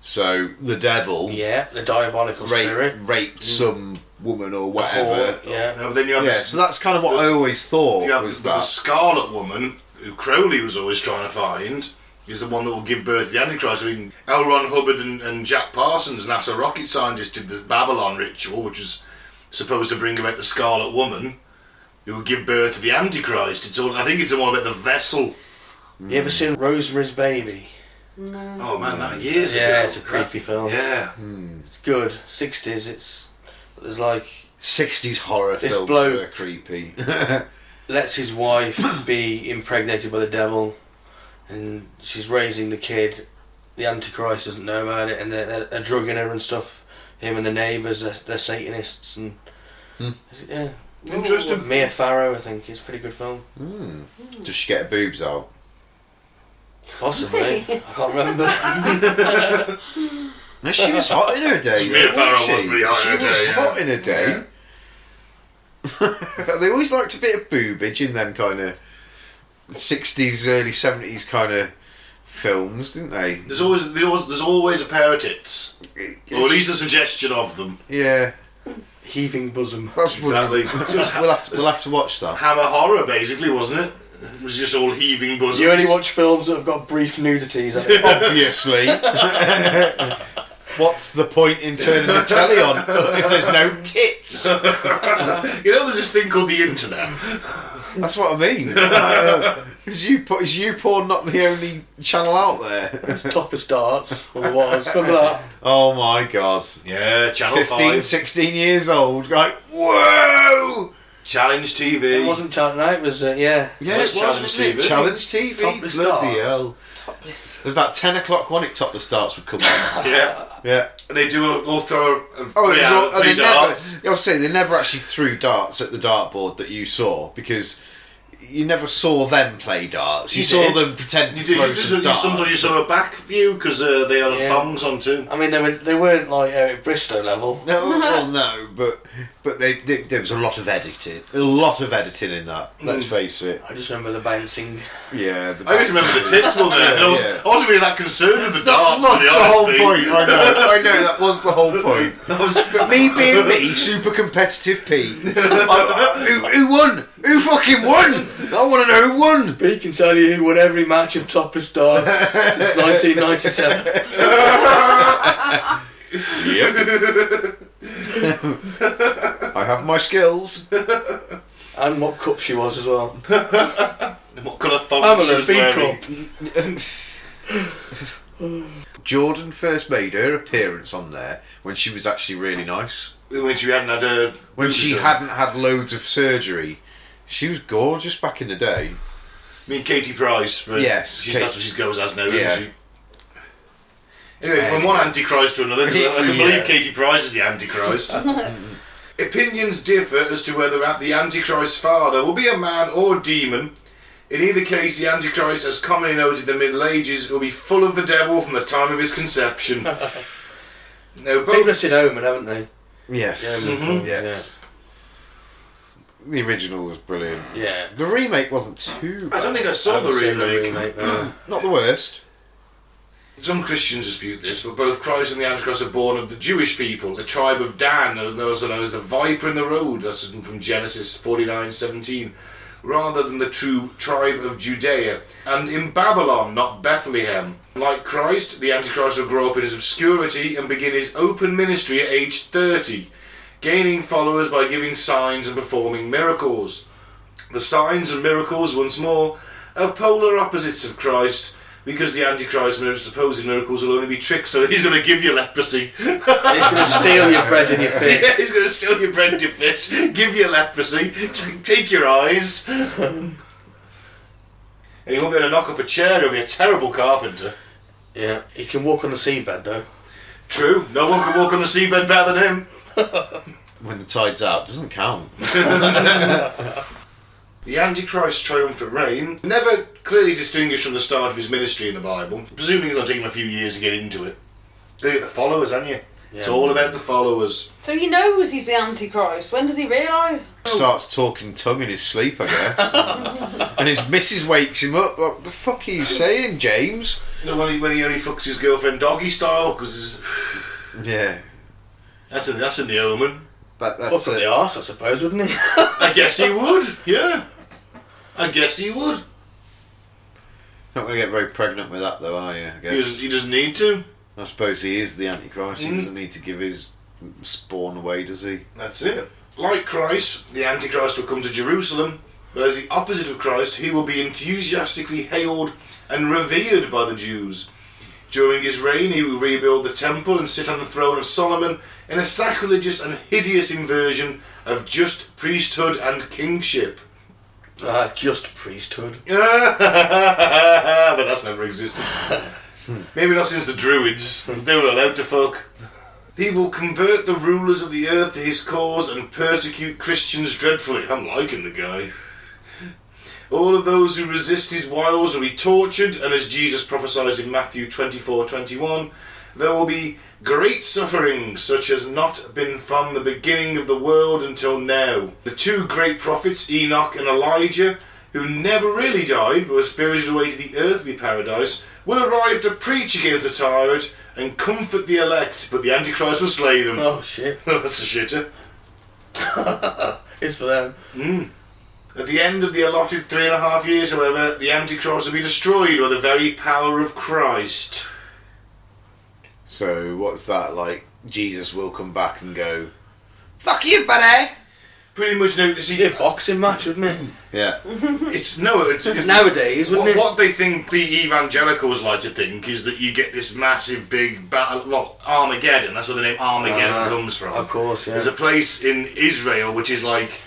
D: So the devil
B: Yeah, the diabolical
D: rape,
B: spirit.
D: raped some woman or
B: Or-
D: whatever.
B: yeah.
A: Uh, but then you have
D: Yeah,
A: this-
D: so that's kind of what I always thought
A: You have
D: was
A: the, the
D: that.
A: Scarlet Woman, who Crowley was always trying to find, is the one that will give birth to the Antichrist. I mean, L. Ron Hubbard and, and Jack Parsons, NASA rocket scientist, did the Babylon ritual, which was supposed to bring about the Scarlet Woman, who will give birth to the Antichrist. It's all. I think it's all about the vessel.
B: You ever seen Rosemary's Baby?
A: Oh man, that years ago.
B: Yeah, it's a creepy film.
A: Yeah.
B: It's good. 60s, it's. There's like.
D: 60s horror
B: This
D: films
B: bloke-
D: were creepy.
B: lets his wife be impregnated by the devil, and she's raising the kid. The Antichrist doesn't know about it, and they're, they're, they're drugging her and stuff. Him and the neighbours, they're, they're Satanists, and Is it- yeah,
A: Interesting.
B: Mia Farrow, I think, is a pretty good film.
D: Does she get her boobs out?
B: Possibly, I can't remember.
D: No, she was hot in her day.
A: Smear
D: though,
A: Farrow
D: wasn't
A: was
D: she?
A: pretty hot
D: She
A: in her
D: was
A: day, yeah.
D: hot in her day. they always liked a bit of boobage in them kind of sixties, early seventies kind of films, didn't they?
A: There's always, there's always there's always a pair of tits, or at
D: It's-
A: least a suggestion of them.
D: yeah,
B: Heaving bosom.
D: that's
A: Exactly.
D: We'll have to we'll have to watch that.
A: Hammer horror, basically, wasn't it? It was just all heaving bosoms.
B: You only watch films that have got brief nudities. I think.
D: Obviously. What's the point in turning the telly on if there's no tits?
A: You know, there's this thing called the internet.
D: That's what I mean. Uh, is you is you porn not the only channel out there?
B: It's top of starts. Or was. Remember that?
D: Oh my god.
A: Yeah, Channel
D: 15,
A: 5.
D: 16 years old, like, whoa!
A: Challenge TV.
B: It wasn't Channel 9, it was, uh, yeah.
A: Yeah, it was, wasn't it?
D: Challenge TV,
B: Top
D: bloody
B: of starts.
D: hell.
C: Topless.
D: It was about 10 o'clock when it top the starts would come on.
A: Yeah,
D: yeah.
A: and they do a, go throw a, a
D: Oh, it
A: play
D: was
A: out,
D: all, and
A: play
D: they never,
A: darts.
D: I'll say they never actually threw darts at the dartboard that you saw because you never saw them play darts. You,
B: You
D: saw
B: did.
D: them pretend
A: You
D: to
A: did,
D: throw
A: you just,
D: some
A: you
D: darts.
A: sometimes you saw a back view because uh, they had
B: Yeah.
A: bongs on too.
B: I mean, they, were, they weren't like Eric Bristow level.
D: No, well, no, but but they, they, there was a lot of editing, a lot of editing in that. Let's face it.
B: I just remember the bouncing.
D: Yeah, the
A: I just remember Mm. the tits more than
D: Yeah,
A: anything else.
D: yeah.
A: I wasn't really that concerned with the
D: That
A: darts,
D: was
A: Oh, to
D: the
A: be honest. with
D: whole
A: you.
D: point. I know. I know that was the whole point.
A: That was
D: But me being me, super competitive Pete, I- I- who, who won? Who fucking won? I want to know who won.
B: He can tell you who won every match of top of starts since 1997.
D: I have my skills.
B: And what cup she was as well.
A: what colour thong she
B: Pamela
A: was
B: B
A: wearing.
B: Cup.
D: Jordan first made her appearance on there when she was actually really nice.
A: When she hadn't had uh, a
D: When she hadn't had loads of surgery. She was gorgeous back in the day.
A: I mean, Katie Price. For,
D: Yes,
A: she's,
D: Kate-
A: that's what she goes as now,
D: Yeah.
A: isn't she? Anyway, from one antichrist to another, 'cause I I can
D: Yeah.
A: believe Katie Price is the antichrist. Opinions differ as to whether the antichrist's father will be a man or demon. In either case, the antichrist, as commonly noted in the Middle Ages, will be full of the devil from the time of his conception. now,
B: People
A: both
B: have seen Omen, haven't they?
D: Yes. Mm-hmm.
B: Yeah, mhm.
D: Yes. The original was brilliant.
B: Yeah.
D: The remake wasn't too
A: I
D: bad.
A: don't think I saw the
B: Haven't seen
A: remake.
B: no.
D: Not the worst.
A: Some Christians dispute this, but both Christ and the Antichrist are born of the Jewish people, the tribe of Dan, and also known as the viper in the road, that's from Genesis forty-nine seventeen, rather than the true tribe of Judea, and in Babylon, not Bethlehem. Like Christ, the Antichrist will grow up in his obscurity and begin his open ministry at age 30, gaining followers by giving signs and performing miracles. The signs and miracles, once more, are polar opposites of Christ because the Antichrist mir- supposed miracles will only be tricks, so he's going to give you leprosy.
B: And He's going to steal your bread and your fish.
A: he's going to steal your bread and your fish, give you leprosy, t- take your eyes. and he won't be able to knock up a chair, he'll be a terrible carpenter.
B: Yeah. He can walk on the seabed though.
A: True, no one can walk on the seabed better than him.
D: When the tide's out, doesn't count.
A: The Antichrist's triumphant reign, never clearly distinguished from the start of his ministry in the Bible, presumably it's going to take him a few years to get into it. Look at the followers, aren't you? It's
B: Yeah.
A: all about the followers.
C: So he knows he's the Antichrist. When does he realise?
D: Starts talking tongue in his sleep, I guess. and his missus wakes him up. What the fuck are you saying, James?
A: No, when he, when he only fucks his girlfriend doggy style, because
D: Yeah.
A: that's in, that's in the omen.
D: That, that's
B: Fuck up
D: it.
B: the arse, I suppose, wouldn't he?
A: I guess he would, yeah. I guess he would.
D: Not going to get very pregnant with that, though, are you? I guess.
A: He doesn't, he doesn't need to.
D: I suppose he is the Antichrist.
B: Mm-hmm.
A: Mm.
D: He doesn't need to give his mm, spawn away, does he?
A: That's it. Like Christ, the Antichrist will come to Jerusalem, but as the opposite of Christ, he will be enthusiastically hailed and revered by the Jews. During his reign, he will rebuild the temple and sit on the throne of Solomon in a sacrilegious and hideous inversion of just priesthood and kingship.
B: Ah, just priesthood.
A: but that's never existed. Maybe not since the Druids. They were allowed to fuck. He will convert the rulers of the earth to his cause and persecute Christians dreadfully. I'm liking the guy. All of those who resist his wiles will be tortured, and as Jesus prophesies in Matthew 24 21, there will be Great suffering, such as not been from the beginning of the world until now. The two great prophets, Enoch and Elijah, who never really died but were spirited away to the earthly paradise, will arrive to preach against the tyrant and comfort the elect, but the Antichrist will slay them.
B: Oh shit!
A: That's a shitter.
B: It's for them.
A: At the end of the allotted three and a half years, however, the Antichrist will be destroyed by the very power of Christ.
D: So what's that like? Jesus will come back and go, "Fuck you, buddy."
A: Pretty much notice
B: It'd be
A: he,
B: a boxing match, wouldn't it?
D: Yeah.
A: it's no, it's
B: Nowadays, wouldn't
A: What,
B: it?
A: what they think the evangelicals like to think is that you get this massive big battle, well, Armageddon. That's where the name Armageddon
B: Ah,
A: comes from.
B: of course, yeah.
A: There's a place in Israel which is like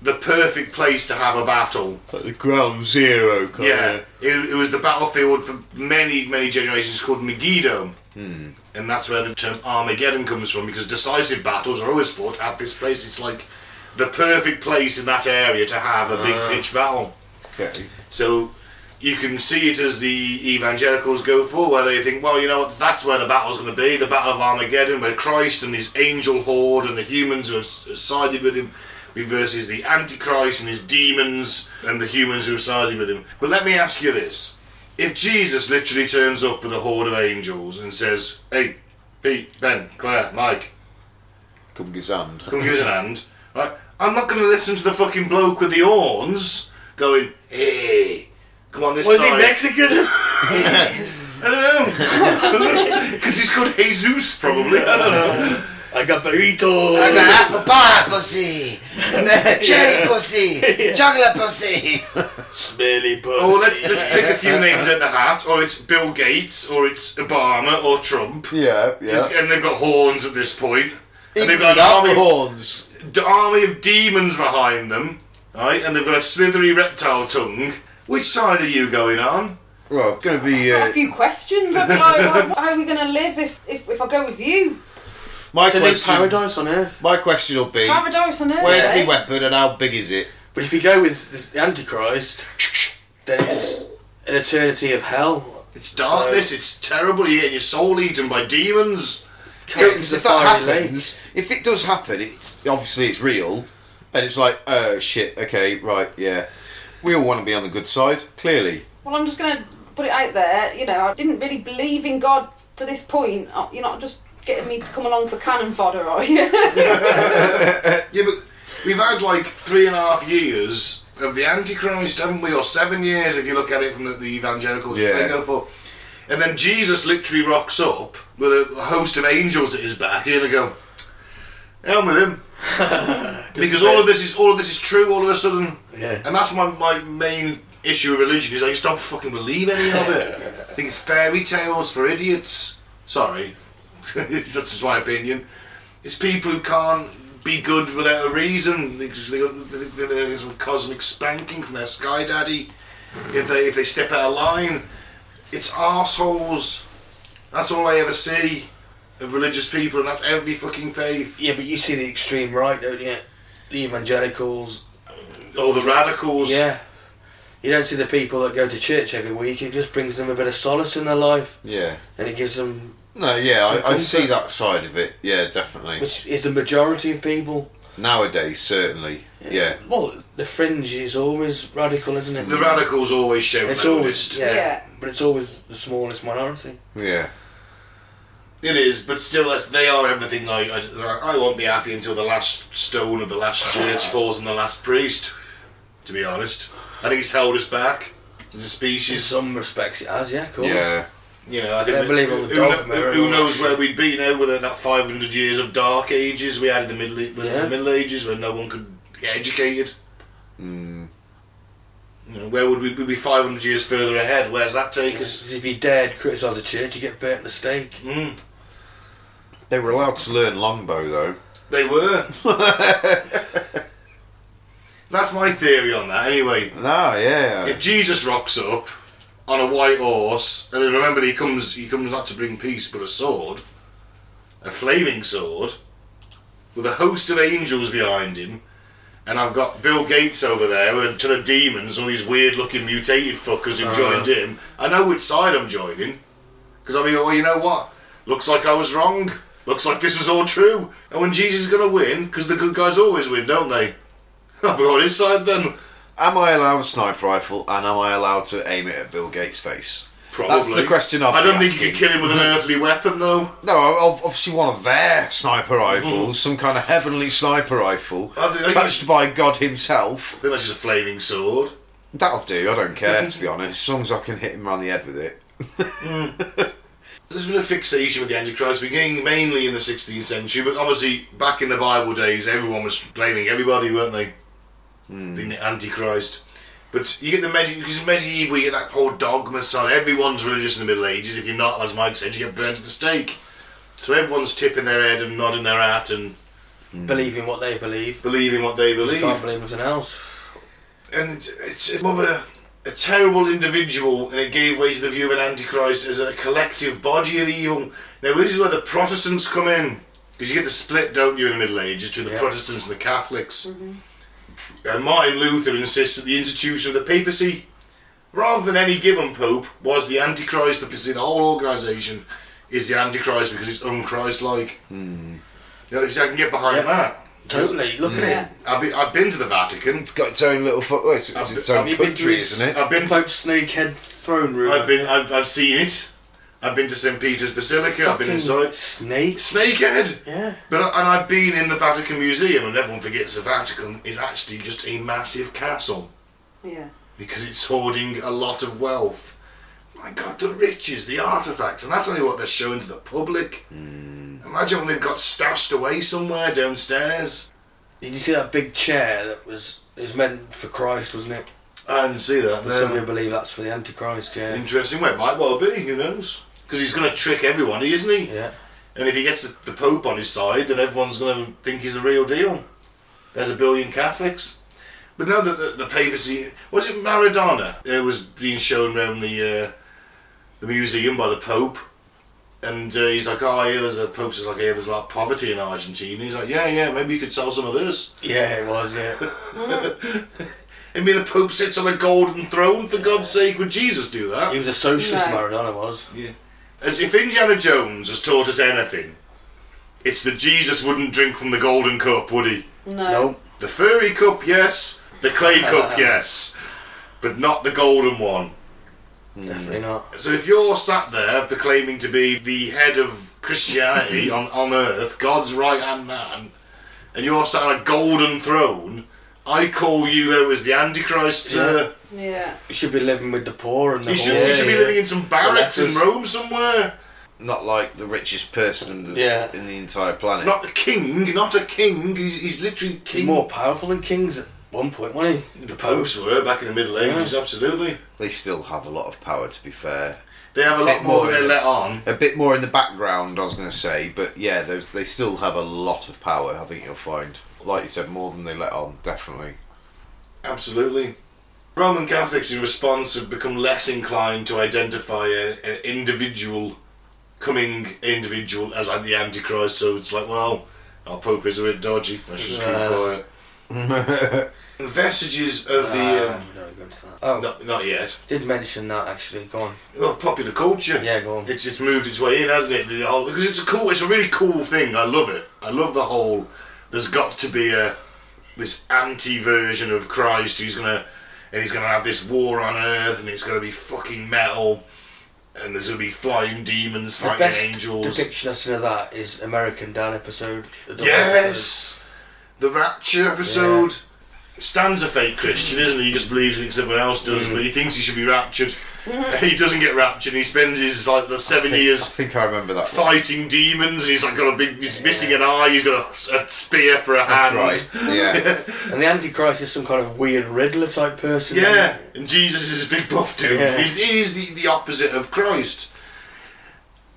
A: the perfect place to have a battle.
D: Like the ground zero kind
A: yeah, it, it was the battlefield for many, many generations called Megiddo. And that's where the term Armageddon comes from because decisive battles are always fought at this place. It's like the perfect place in that area to have a big pitch battle.
D: Okay.
A: So you can see it as the evangelicals go for, where they think, well, you know what, that's where the battle's going to be the Battle of Armageddon, where Christ and his angel horde and the humans who have s- sided with him versus the Antichrist and his demons and the humans who have sided with him. But let me ask you this if Jesus literally turns up with a horde of angels and says, hey, Pete, Ben, Claire, Mike,
D: Come give us a hand.
A: come give us an hand, right? I'm not going to listen to the fucking bloke with the horns going, hey, come on this
B: Was he
A: side.
B: Mexican?
A: I don't know. Because he's called Jesus, probably. I don't know.
B: I got burrito.
D: apple pie pussy, cherry pussy, chocolate pussy.
B: smelly pussy.
A: Or let's, let's pick a few names at the hat, or it's Bill Gates, or it's Obama, or Trump.
D: Yeah, yeah.
A: And they've got horns at this point. And they've
D: Even
A: got an
D: without the
A: army,
D: horns.
A: d- army of demons behind them, right? And they've got a slithery reptile tongue. Which side are you going on?
D: Well, gonna be.
C: Got
D: Uh,
C: a few questions. I'd be like, how are we going to live if, if, if I go with you?
D: my
B: It's a new
D: question.
B: paradise on earth.
D: My question will be:
C: Paradise on earth.
D: Where's
C: eh?
D: my weapon and how big is it?
B: But if you go with this, the Antichrist, then it's an eternity of hell.
A: It's darkness, it's terrible, you're getting your soul eaten by demons.
B: Cast into
D: Because
B: the
D: if that
B: fiery lake.
D: happens, if it does happen, it's obviously it's real, and it's like, oh shit, okay, right, yeah. We all want to be on the good side, clearly.
C: Well, I'm just going to put it out there. You know, I didn't really believe in God to this point. Uh, You're not just getting me to come along for cannon fodder, are you?
A: Yeah, but we've had like three and a half years of the Antichrist, haven't we? Or seven years if you look at it from the, the evangelicals.
D: Yeah.
A: They go for. And then Jesus literally rocks up with a host of angels at his back, and they go, "Hell with him," because all of this is all of this is true. All of a sudden,
B: Yeah.
A: and that's my, my main issue with religion is I just don't fucking believe any of it. I think it's fairy tales for idiots. Sorry, that's just my opinion. It's people who can't be good without a reason because they they- they- there's some cosmic spanking from their sky daddy if they if they step out of line. It's assholes. That's all I ever see of religious people, and that's every fucking faith.
B: Yeah, but you see the extreme right, don't you? The evangelicals.
A: All the radicals.
B: Yeah. You don't see the people that go to church every week. It just brings them a bit of solace in their life,
D: Yeah.
B: and it gives them,
D: No, yeah,
B: So
D: I, I see
B: comfort.
D: that side of it. Yeah, definitely.
B: which is the majority of people.
D: Nowadays, certainly. Yeah.
B: Well, the fringe is always radical, isn't it?
A: The radicals always show
B: It's
A: lowest.
B: always yeah,
C: Yeah.
B: but it's always the smallest minority.
D: Yeah.
A: It is, but still, that's, they are everything. I, I, I won't be happy until the last stone of the last church falls on the last priest. To be honest, I think it's held us back as a
B: In
A: species.
B: some respects, it has. Yeah, of course.
D: Yeah.
A: You know, I think
B: I don't
A: that-
B: believe all the
A: who, kno-
B: dogma and
A: who
B: all
A: knows
B: that
A: where we'd be now with that 500 years of dark ages we had in the middle e, with
B: Yeah.
A: the Middle Ages where no one could get educated.
B: Hmm.
A: You know, where would we we'd be 500 years further ahead? Where's that take us?
B: Because if you dared criticise the church, you get burnt at the stake.
A: Mm,
D: They were allowed to learn longbow, though.
A: they were. That's my theory on that. Anyway.
D: Ah, yeah.
A: If Jesus rocks up on a white horse, and then remember that he comes he comes not to bring peace but a sword, a flaming sword, with a host of angels behind him, and I've got Bill Gates over there with a ton of demons, all these weird looking mutated fuckers who joined him. I know which side I'm joining. Because I mean, well, you know what? Looks like I was wrong. Looks like this was all true. And when Jesus is going to win, because the good guys always win, don't they? I'll be on his side then.
D: Am I allowed a sniper rifle and am I allowed to aim it at Bill Gates' face?
A: Probably.
D: the question I'll
A: I
D: be
A: don't think you
D: asking. Mm-hmm.
A: could kill him with an earthly weapon, though.
D: No, I- I obviously one of their sniper rifles, some kind of heavenly sniper rifle,
A: I think-
D: touched by God Himself.
A: I think that's just a flaming sword.
D: That'll do. I don't care to be honest, as long as I can hit him around the head with it.
A: There's been a fixation with the Antichrist beginning mainly in the 16th century, but obviously back in the Bible days, everyone was blaming everybody, weren't they?
D: Hmm.
A: Being the Antichrist. But you get the medi- because medieval, you get that whole dogma side. Everyone's religious in the Middle Ages. If you're not, as Mike said, you get burnt at the stake. So everyone's tipping their head and nodding their hat and Hmm.
B: Believing what they believe.
A: believing what they
B: Just
A: believe.
B: can't believe nothing else.
A: and it's more of a, a terrible individual, and it gave way to the view of an antichrist as a collective body of evil. Now, this is where the Protestants come in, because you get the split, don't you, in the Middle Ages, between the
B: Yeah.
A: Protestants and the Catholics. And Martin Luther insists that the institution of the papacy, rather than any given pope, was the antichrist. The papacy, the whole organisation, is the antichrist because it's un-Christ-like. You know, so I can get behind
B: Yeah.
A: that.
B: Hmm. Totally. Look
C: Yeah.
B: at it.
A: I've been, I've been to the Vatican.
D: It's got its own little. Fu- well, it's, it's its
A: Have
D: own
B: you been to
D: country,
B: his-
D: isn't it?
A: I've been
B: Pope Snakehead throne room.
A: I've been, I've, I've seen it. I've been to St Peter's Basilica. I've been
B: Fucking
A: inside
B: Snakes.
A: Snakehead.
B: Yeah.
A: But I- and I've been in the Vatican Museum, and everyone forgets the Vatican is actually just a massive castle
C: Yeah.
A: because it's hoarding a lot of wealth. My God, the riches, the artifacts, and that's only what they're showing to the public.
B: Hmm.
A: Imagine when they've got stashed away somewhere downstairs.
B: Did you see that big chair that was it was meant for Christ, wasn't it?
A: I didn't see that.
B: But Some people believe that's for the Antichrist. Yeah.
A: Interesting. Well, it might well be. Who knows? Because he's going to trick everyone, isn't he?
B: Yeah.
A: And if he gets the, the Pope on his side, then everyone's going to think he's the real deal. There's a billion Catholics. But now that the, the papacy. Was it Maradona? It was being shown around the, uh, the museum by the Pope. And uh, he's like, oh, yeah, there's a Pope says, like, yeah, there's a lot of poverty in Argentina. He's like, yeah, yeah, maybe you could sell some of this.
B: Yeah, it was. Yeah.
A: I mean, the Pope sits on a golden throne, for God's sake. Would Jesus do that?
B: He was a socialist.
C: No.
B: Maradona was.
A: As if Indiana Jones has taught us anything, it's that Jesus wouldn't drink from the golden cup, would he?
C: No.
B: No.
A: The furry cup, yes. The clay cup, yes. But not the golden one. Mm.
B: Definitely not.
A: So if you're sat there proclaiming to be the head of Christianity on, on earth, God's right hand man, and you're sat on a golden throne, I call you who is the Antichrist, sir.
C: Yeah.
B: You should be living with the poor and the
A: You should,
B: poor.
A: you should be
B: yeah.
A: living in some barracks in
B: lepers.
A: Rome somewhere.
D: Not like the richest person in the,
B: Yeah.
D: in the entire planet.
A: Not a king, not a king. He's, he's literally
B: He's
A: king.
B: more powerful than kings at one point, wasn't he?
A: The popes were back in the Middle Ages, absolutely.
D: they still have a lot of power, to be fair.
A: They have a lot
D: Bit
A: more than
D: more,
A: they
D: yeah.
A: let on.
D: A bit more in the background, I was going to say, but yeah, those- they still have a lot of power. I think you'll find, like you said, more than they let on, definitely.
A: Absolutely. Roman Catholics, in response, have become less inclined to identify a- an individual, coming individual, as like the Antichrist. So it's like, well, our Pope is a bit dodgy. I should just keep
B: Yeah.
A: quiet. Vestiges of the.
B: Ah,
A: Um,
B: we don't go into that. Oh,
A: not, not yet.
B: did mention that actually. Go on.
A: Well, popular culture.
B: Yeah, go on.
A: It's, it's moved its way in, hasn't it? The whole, because it's a cool, it's a really cool thing. I love it. I love the whole. There's got to be a this anti version of Christ who's gonna and he's gonna have this war on Earth and it's gonna be fucking metal and there's gonna be flying demons
B: The
A: fighting
B: best
A: angels.
B: depiction I've seen of that is American Dan episode. the double episode.
A: yes, the Rapture episode. Stan's a fake Christian, isn't he? He just believes like someone else does,
B: Mm.
A: but he thinks he should be raptured. He doesn't get raptured. He spends his like the seven
D: I
A: years
D: think I remember that. one.
A: fighting demons. And he's like got a big, he's missing an eye. He's got a, a spear for a hand.
D: That's right. Yeah.
B: And the Antichrist is some kind of weird Riddler type person.
A: Yeah, and Jesus is a big buff dude.
B: Yeah.
A: He's, he is the, the opposite of Christ.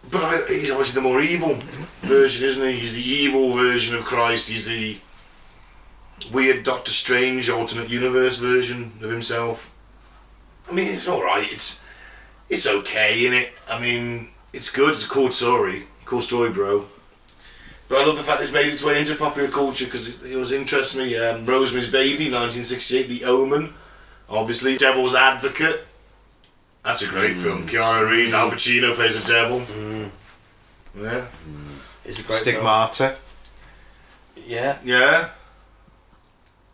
A: But I, he's obviously the more evil version, isn't he? He's the evil version of Christ. He's the weird Doctor Strange alternate universe version of himself. I mean, it's all right. It's it's okay, in it. I mean, it's good. It's a cool story. Cool story, bro. But I love the fact it's made its way into popular culture because it, it was interests me. Um, Rosemary's Baby, 1968, The Omen, obviously Devil's Advocate. That's a great film. Keanu Reeves, Al Pacino plays a devil. Yeah.
B: It's a great
D: Stigmata.
B: film. Yeah.
A: Yeah.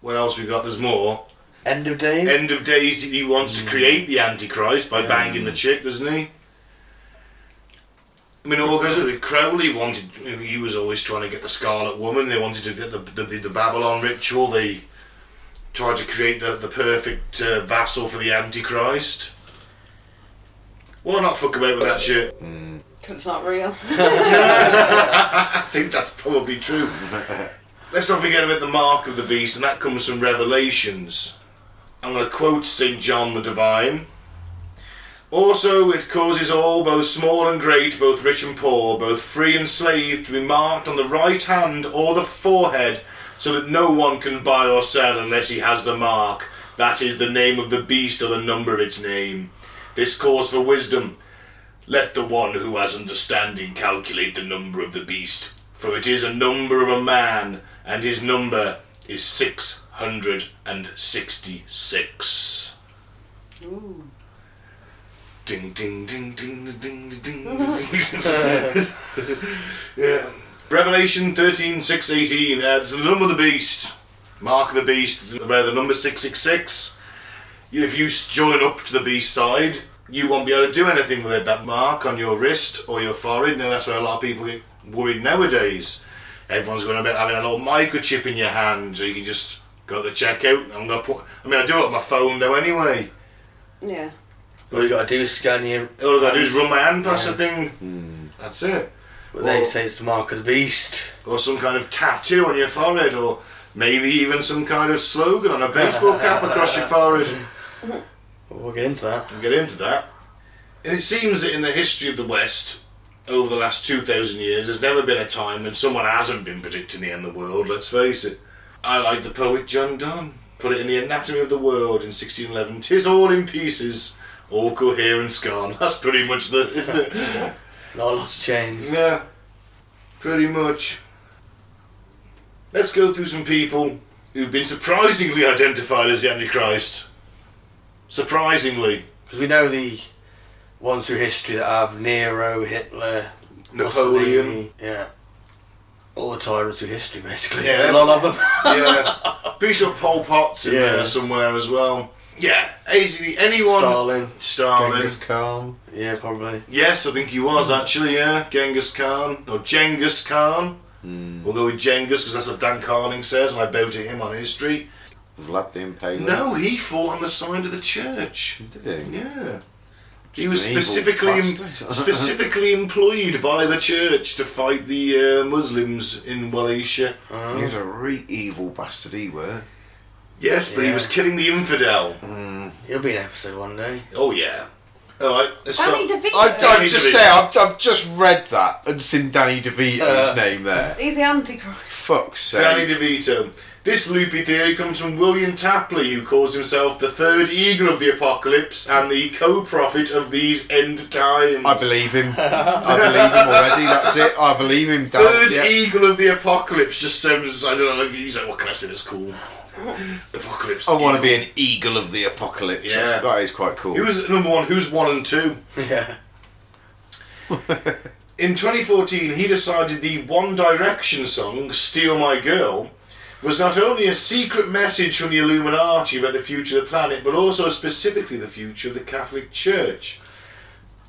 A: What else we got? There's more.
B: End of Days.
A: End of Days. He wants to create the Antichrist by banging the chick, doesn't he? I mean, it all goes with Crowley wanted. He was always trying to get the Scarlet Woman. They wanted to get the the, the, the Babylon ritual. They tried to create the the perfect uh, vassal for the Antichrist. Why not fuck about with that shit?
C: It's not real.
A: I think that's probably true. Let's not forget about the mark of the beast, and that comes from Revelations. I'm going to quote St. John the Divine. Also, it causes all, both small and great, both rich and poor, both free and slave, to be marked on the right hand or the forehead, so that no one can buy or sell unless he has the mark. That is the name of the beast or the number of its name. This calls for wisdom. Let the one who has understanding calculate the number of the beast, for it is a number of a man, and his number is six hundred and sixty-six. Ding ding ding ding ding ding ding. ding. yeah. Revelation thirteen six eighteen adds the number of the beast, mark of the beast, where the number six six six if you s- join up to the B side, you won't be able to do anything with it. That mark on your wrist or your forehead. Now that's where a lot of people get worried nowadays. Everyone's going about having a little microchip in your hand, so you can just go to the checkout. I'm gonna put. I mean, I do it on my phone now anyway.
C: Yeah.
B: All you gotta do is scan your.
A: All I gotta do is run my hand past the thing. That's it.
B: But they
A: Or-
B: say it's the mark of the beast.
A: or some kind of tattoo on your forehead, or maybe even some kind of slogan on a baseball cap across your forehead.
B: But we'll get into that.
A: We'll get into that. And it seems that in the history of the West, over the last 2,000 years, there's never been a time when someone hasn't been predicting the end of the world, let's face it. I like the poet John Donne. Put it in The Anatomy of the World in 1611. Tis all in pieces, all coherence gone. That's pretty much the, isn't it?
B: Not a lot's changed.
A: Yeah, pretty much. Let's go through some people who've been surprisingly identified as the Antichrist. Surprisingly.
B: Because we know the ones through history that have Nero, Hitler,
A: Napoleon.
B: Mussolini, yeah. All the tyrants through history, basically.
A: Yeah.
B: There's A lot of them.
A: yeah. Pretty sure Pol Pot's in
B: Yeah.
A: there somewhere as well. Yeah. Basically, anyone.
B: Stalin.
A: Stalin.
D: Genghis Hmm. Khan.
B: Yeah, probably.
A: Yes, I think he was actually, yeah. Genghis Khan. Or Genghis Khan.
D: Hmm.
A: We'll go with Genghis because that's what Dan Carling says, and I bow to him on history.
D: Vlad the Impaler.
A: No, he fought on the side of the church.
D: Did he?
A: Yeah.
D: Just
A: he was
D: an evil
A: specifically em-
D: bastard.
A: specifically employed by the church to fight the uh, Muslims in Wallachia.
D: He was a re evil bastard, he were.
A: Yes, but he
B: Yeah.
A: was killing the infidel.
B: He'll be an episode one day.
A: Oh yeah. All right. Let's
C: How
A: stop.
C: many DeVito's?
D: I've,
A: Danny
D: I've just
A: DeVito.
D: say I've, I've just read that and seen Danny DeVito's name there.
C: He's the Antichrist.
D: Fuck's sake.
A: Uh, Danny DeVito. This loopy theory comes from William Tapley, who calls himself the third eagle of the apocalypse and the co-prophet of these end times.
D: I believe him. I believe him already. That's it. I believe him. Dan.
A: Third
D: Yeah.
A: eagle of the apocalypse just sounds. I don't know. He's like, what can I say? That's cool. Apocalypse.
D: I want to
A: eagle.
D: be an eagle of the apocalypse.
A: Yeah.
D: That is quite cool.
A: Who's at number one? Who's one and two?
B: Yeah.
A: In 2014, he decided the One Direction song, Steal My Girl, was not only a secret message from the Illuminati about the future of the planet, but also specifically the future of the Catholic Church.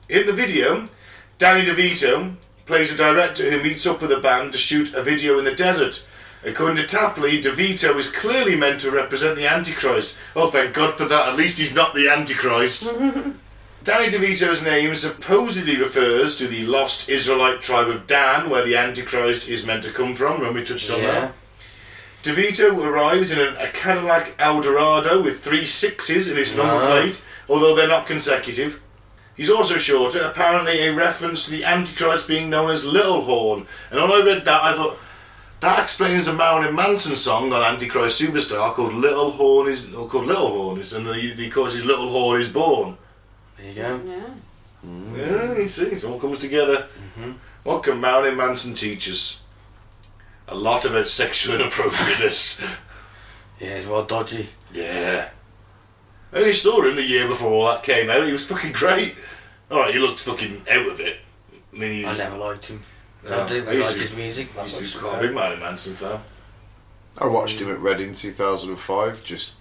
A: In the video, Danny DeVito plays a director who meets up with a band to shoot a video in the desert. According to Tapley, DeVito is clearly meant to represent the Antichrist. Oh, thank God for that. At least he's not the Antichrist. Danny DeVito's name supposedly refers to the lost Israelite tribe of Dan, where the Antichrist is meant to come from. When we touched on
B: Yeah.
A: that. DeVito arrives in an, a Cadillac Eldorado with three sixes in his number
B: Ah.
A: plate, although they're not consecutive. He's also shorter, apparently a reference to the Antichrist being known as Little Horn. And when I read that, I thought, that explains the Marilyn Manson song on Antichrist Superstar called Little Horn is, or called Little Horn is, and the, the course is Little Horn is born.
B: There you go.
C: Yeah.
A: Yeah, you see, it all comes together. What can Marilyn Manson teach us? A lot about sexual inappropriateness.
B: Yeah, he's well dodgy.
A: Yeah. I only saw him the year before all that came out. He was fucking great. All right, he looked fucking out of it. I mean, he
B: I
A: was,
B: never liked him. I didn't
A: I
B: really
A: used
B: like
A: to-
B: his music. that
A: used to be
B: much, to be
A: quite a
B: fair.
A: big Marilyn Manson fan.
D: I watched him at Reading 2005. Just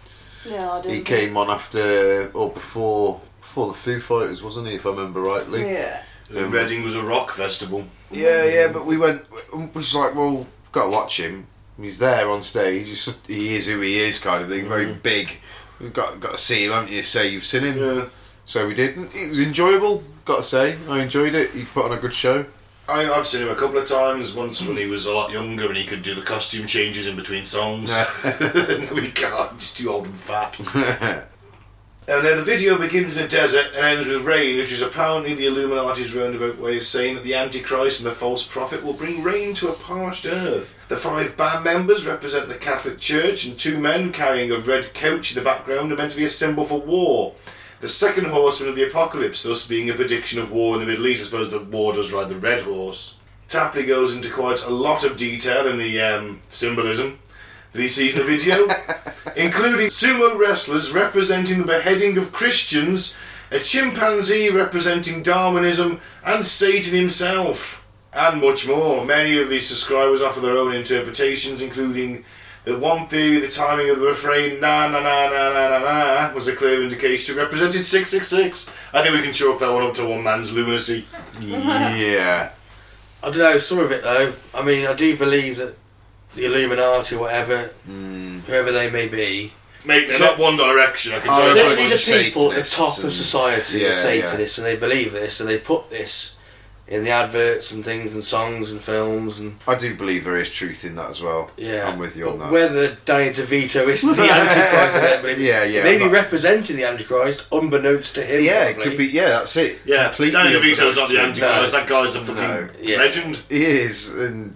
C: Yeah, I
D: he
A: E
C: didn't.
D: came on after or before before the Foo Fighters, wasn't he? If I remember rightly.
C: Yeah.
A: Um, Reading was a rock festival.
D: Yeah, yeah, but we went. We was like, well, gotta watch him. He's there on stage. He's, he is who he is, kind of thing. Very big. We've got got to see him, haven't you? Say you've seen him.
A: Yeah.
D: So we did. and It was enjoyable. Got to say, I enjoyed it. He put on a good show.
A: I, I've seen him a couple of times. Once when he was a lot younger and he could do the costume changes in between songs. no, he can't. He's too old and fat. and then the video begins in a desert and ends with rain, which is apparently the Illuminati's roundabout way of saying that the Antichrist and the false prophet will bring rain to a parched earth. The five band members represent the Catholic Church, and two men carrying a red couch in the background are meant to be a symbol for war. The second horseman of the apocalypse, thus being a prediction of war in the Middle East. I suppose the war does ride the red horse. Tapley goes into quite a lot of detail in the um, symbolism that he sees in the video, including sumo wrestlers representing the beheading of Christians, a chimpanzee representing Darwinism, and Satan himself, and much more. Many of these subscribers offer their own interpretations, including the one theory the timing of the refrain na na na na na na na was a clear indication it represented 666. I think we can chalk that one up to one man's lunacy.
D: yeah.
B: I don't know some of it though. I mean, I do believe that the Illuminati, whatever,
D: Mm.
B: whoever they may be,
A: Mate, they're not One Direction, I can
D: Oh,
A: tell you.
D: yeah.
A: that
B: certainly
D: everyone's
B: the people at the
D: Satanists
B: top
D: and-
B: of society
D: Yeah,
B: are
D: yeah.
B: Satanists, and they believe this, and they put this in the adverts and things and songs and films and
D: I do believe there is truth in that as well.
B: yeah.
D: I'm with you on
B: But
D: that.
B: Whether Danny DeVito is the Antichrist, or not, but it-
D: Yeah, yeah,
B: maybe
D: but-
B: representing the Antichrist, unbeknownst to him.
D: yeah, it
B: probably.
D: could be. Yeah, that's it.
A: Yeah, Danny DeVito's not the
D: anti.
A: Antichrist. That guy's the fucking
D: No.
B: Yeah.
A: legend.
D: He is, and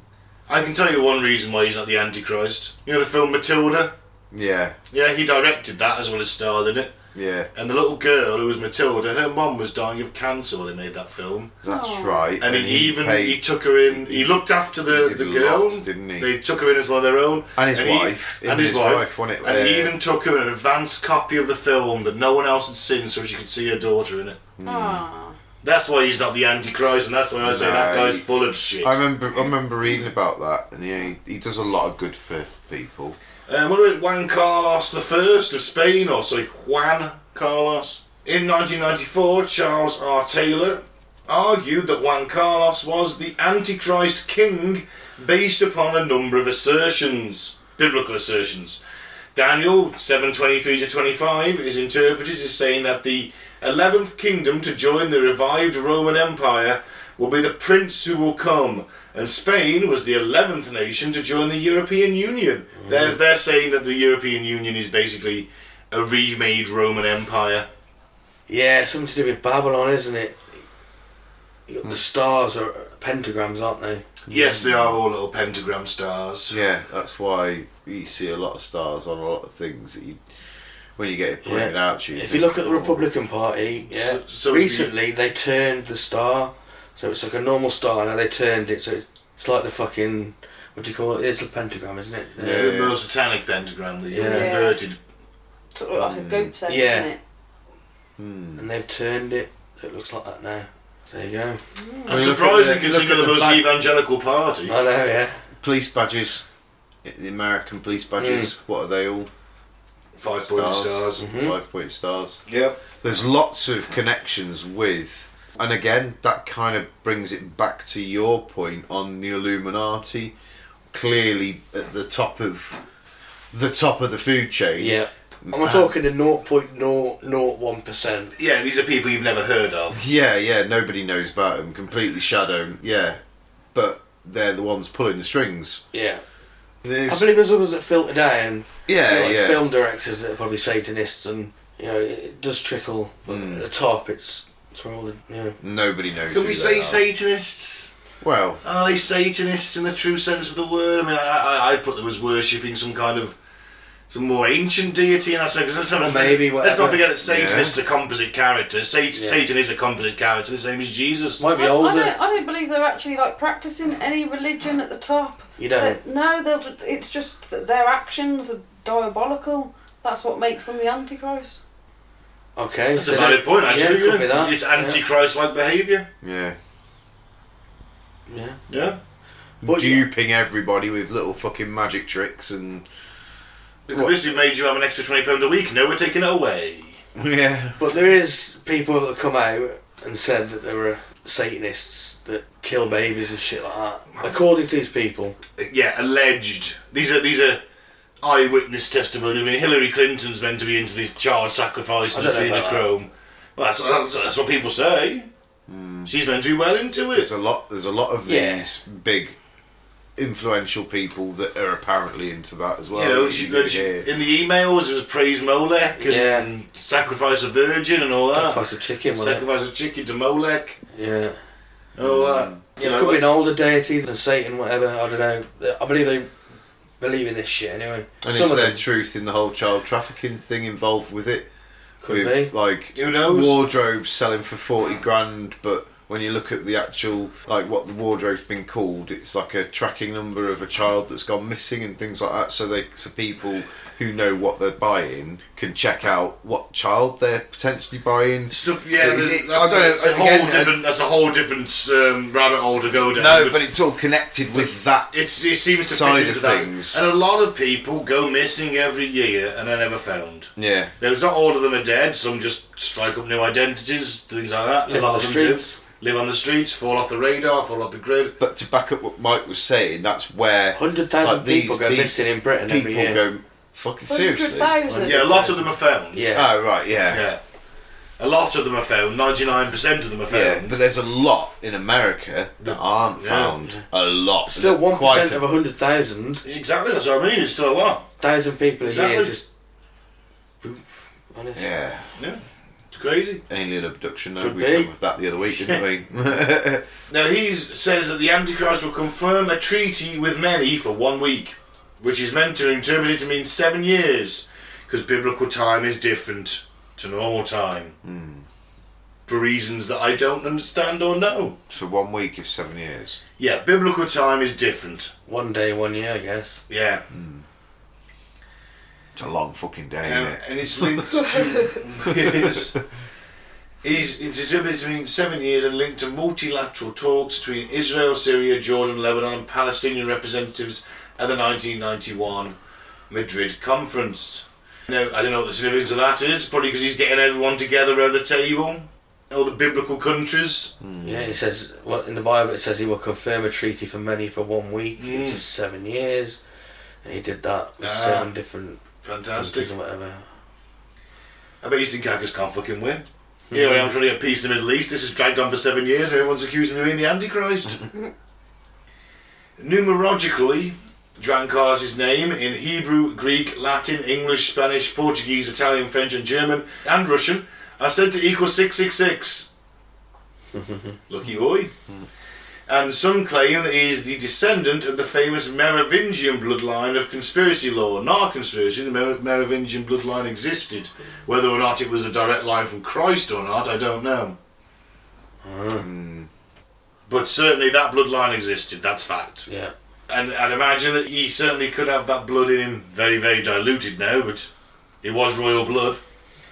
A: I can tell you one reason why he's not the Antichrist. You know the film Matilda?
D: yeah,
A: Yeah, he directed that as well as starred in it.
D: yeah,
A: And the little girl who was Matilda, her mum was dying of cancer when they made that film.
D: that's
C: Aw.
D: right.
A: And, he even
D: paid-
A: he took her in. He looked after the,
D: He did
A: the girl,
D: lots, didn't he?
A: They took her in as one of their own,
D: And his
A: he-
D: wife. Him
A: and his, wife,
D: wasn't it?
A: And he
D: Uh,
A: even took her an advanced copy of the film that no one else had seen, so she could see her daughter in it.
C: Ah.
A: That's why he's not the Antichrist, and that's why I say that
D: No,
A: guy's
D: he-
A: full of shit.
D: I remember, I remember reading about that, and yeah, he, he does a lot of good for people.
A: Um, what about Juan Carlos I of Spain, or sorry, Juan Carlos? In 1994, Charles R. Taylor argued that Juan Carlos was the Antichrist king based upon a number of assertions, biblical assertions. Daniel 7:23 to 25 is interpreted as saying that the 11th kingdom to join the revived Roman Empire will be the prince who will come and Spain was the 11th nation to join the European Union.
D: Mm.
A: They're, they're saying that the European Union is basically a remade Roman Empire.
B: Yeah, something to do with Babylon, isn't it? You got
D: Hmm.
B: the stars are pentagrams, aren't they?
A: Yes, they are all little pentagram stars.
D: Yeah, that's why you see a lot of stars on a lot of things. That you, when you get it
B: Yeah.
D: pointed out to you,
B: If you
D: think,
B: look at the
D: "Oh."
B: Republican Party, yeah,
A: So- so is the-
B: recently they turned the star, so it's like a normal star. Now they turned it, so it's it's like the fucking what do you call it? It's a pentagram, isn't it? Uh,
A: The most satanic pentagram, the
B: Yeah.
A: inverted.
C: Sort of like a goat's head,
B: Yeah.
C: isn't it?
B: And they've turned it. so It looks like that now. There you go.
A: That's
D: look at
A: surprising
D: the- look at
A: considering the
D: the
A: most
D: back-
A: evangelical party.
B: I know, yeah.
D: "Oh, police badges, the American police
B: Mm.
D: badges. What are they all?
A: Five pointed stars.
B: Mm-hmm.
D: five point stars.
A: Yep.
D: There's lots of connections with, and again, that kind of brings it back to your point on the Illuminati. Clearly, at the top of the top of the food chain.
B: Yeah. I'm talking the 0.001%.
A: Yeah, these are people you've never heard of.
D: Yeah, yeah, nobody knows about them. Completely shadow 'em, yeah. But they're the ones pulling the strings.
B: Yeah. I
D: There's,
B: believe there's others that filter down.
D: yeah,
B: You know, like
D: yeah.
B: Film directors that are probably Satanists, and you know, it, it does trickle. But at the top, it's it's where all the you know.
D: Nobody knows.
A: Can
D: who
A: we
D: they
A: say
D: are.
A: Satanists?
D: Well,
A: Are they Satanists in the true sense of the word? I mean, I, I, I put them as worshipping some kind of some more ancient deity, and that's because let's, not-
B: Or maybe
A: let's not
B: whatever.
A: forget that Satanists are a composite character. Satan,
B: Yeah.
A: Satan is a composite character, the same as Jesus.
B: Might be
C: I, I,
B: older.
C: don't, I don't believe they're actually like practicing any religion at the top.
B: You don't.
C: They- no, they'll. ju- It's just that their actions are diabolical. That's what makes them the antichrist.
B: Okay.
A: That's
B: so
A: a valid
B: they-
A: point, actually.
B: Yeah, could be
A: yeah.
B: that.
A: It's
B: yeah.
A: antichrist like behaviour.
D: yeah.
B: Yeah.
A: Yeah.
B: But
D: duping everybody with little fucking magic tricks and
A: Because this who made you have an extra twenty pound a week. No, we're taking it away.
D: yeah.
B: But there is people that come out and said that there were Satanists that kill babies and shit like that. According to these people,
A: yeah, alleged. These are these are eyewitness testimony. I mean, Hillary Clinton's meant to be into this child sacrifice
B: I
A: and
B: don't know
A: adrenochrome.
B: about
A: chrome. Well, that's, that's, that's what people say. She's meant to be well into it.
D: There's Hmm. a lot. There's a lot of
B: Yeah.
D: these big influential people that are apparently into that as well.
A: you know,
D: that
A: she,
D: you
A: she-
D: hear.
A: in the emails it was praise Molech and,
B: Yeah.
A: sacrifice a virgin and all that.
B: sacrifice a chicken. Wasn't it?
A: Sacrifice a chicken to Molech.
B: Yeah.
A: and All that. You
B: Hmm. It
A: know,
B: could be an
A: but-
B: older deity than Satan, whatever. I don't know. I believe they believe in this shit anyway.
D: and
B: Some
D: is
B: of
D: there
B: them
D: truth in the whole child trafficking thing involved with it?
B: could
D: with
B: be.
D: like
A: Who knows?
D: wardrobes selling for forty grand, but when you look at the actual like what the wardrobe's been called, it's like a tracking number of a child that's gone missing and things like that. So they so people who know what they're buying can check out what child they're potentially buying.
A: Stuff, yeah,
D: Is
A: there's-
D: it- I
A: that's,
D: don't know,
A: a, it's a whole
D: again, I-
A: different. that's a whole different um, rabbit hole to go down.
D: No, but it's all connected with that.
A: It's, it seems to
D: Side
A: fit
D: of
A: into that.
D: things.
A: And a lot of people go missing every year and are never found.
D: Yeah,
A: There's not all of them are dead. Some just strike up new identities, things like that.
B: Live
A: a lot
B: on
A: of
B: the
A: them
B: streets.
A: do. Live on the streets, fall off the radar, fall off the grid.
D: but to back up what Mike was saying, that's where
B: 100,000
D: like, these-
B: people go
D: these
B: missing in Britain every
D: People
B: year.
D: go fucking seriously.
C: 100,000.
A: Yeah, a lot of them are found.
B: yeah.
D: Oh right,
A: Yeah. A lot of them are found. Ninety-nine percent of them are
D: Yeah,
A: found.
D: but there's a lot in America that aren't
A: yeah.
D: found. A lot.
B: Still,
D: And they're
B: one percent
D: quite
B: of a hundred thousand,
A: exactly, that's what I mean. It's still a lot.
B: thousand people a year
A: Exactly.
B: just. Poof, honest.
D: Yeah,
A: Yeah, it's crazy.
D: alien abduction. Though.
B: Could
D: We
B: be.
D: covered that the other week, didn't we?
A: Now he says that the Antichrist will confirm a treaty with many for one week, which is meant to interpret it to mean seven years, because biblical time is different to normal time. For reasons that I don't understand or know.
D: so one week is seven years.
A: Yeah, biblical time is different.
B: One day, one year, I guess.
A: Yeah.
D: It's a long fucking day,
A: Um,
D: isn't it?
A: and it's linked to. it is. Is, it's attributed to mean seven years and linked to multilateral talks between Israel, Syria, Jordan, Lebanon, and Palestinian representatives at the 1991 Madrid conference. Now, I don't know what the significance of that is, probably because he's getting everyone together around a table, all the biblical countries.
B: Yeah, it says well in the Bible. It says he will confirm a treaty for many for one week, which is seven years, and he did that with
A: Ah.
B: seven different
A: Fantastic.
B: countries and whatever.
A: I bet you think I just can't fucking win. Here I am trying to get peace in the Middle East. This has dragged on for seven years. and Everyone's accusing me of being the Antichrist. Numerologically, Drankars' his name in Hebrew, Greek, Latin, English, Spanish, Portuguese, Italian, French, and German, and Russian are said to equal 666. Lucky boy. And some claim that he is the descendant of the famous Merovingian bloodline of conspiracy law. Not a conspiracy, the Mer- Merovingian bloodline existed. Whether or not it was a direct line from Christ or not, I don't know. Hmm. But certainly that bloodline existed, that's fact.
B: Yeah,
A: And I'd imagine that he certainly could have that blood in him, very, very diluted now, but it was royal blood.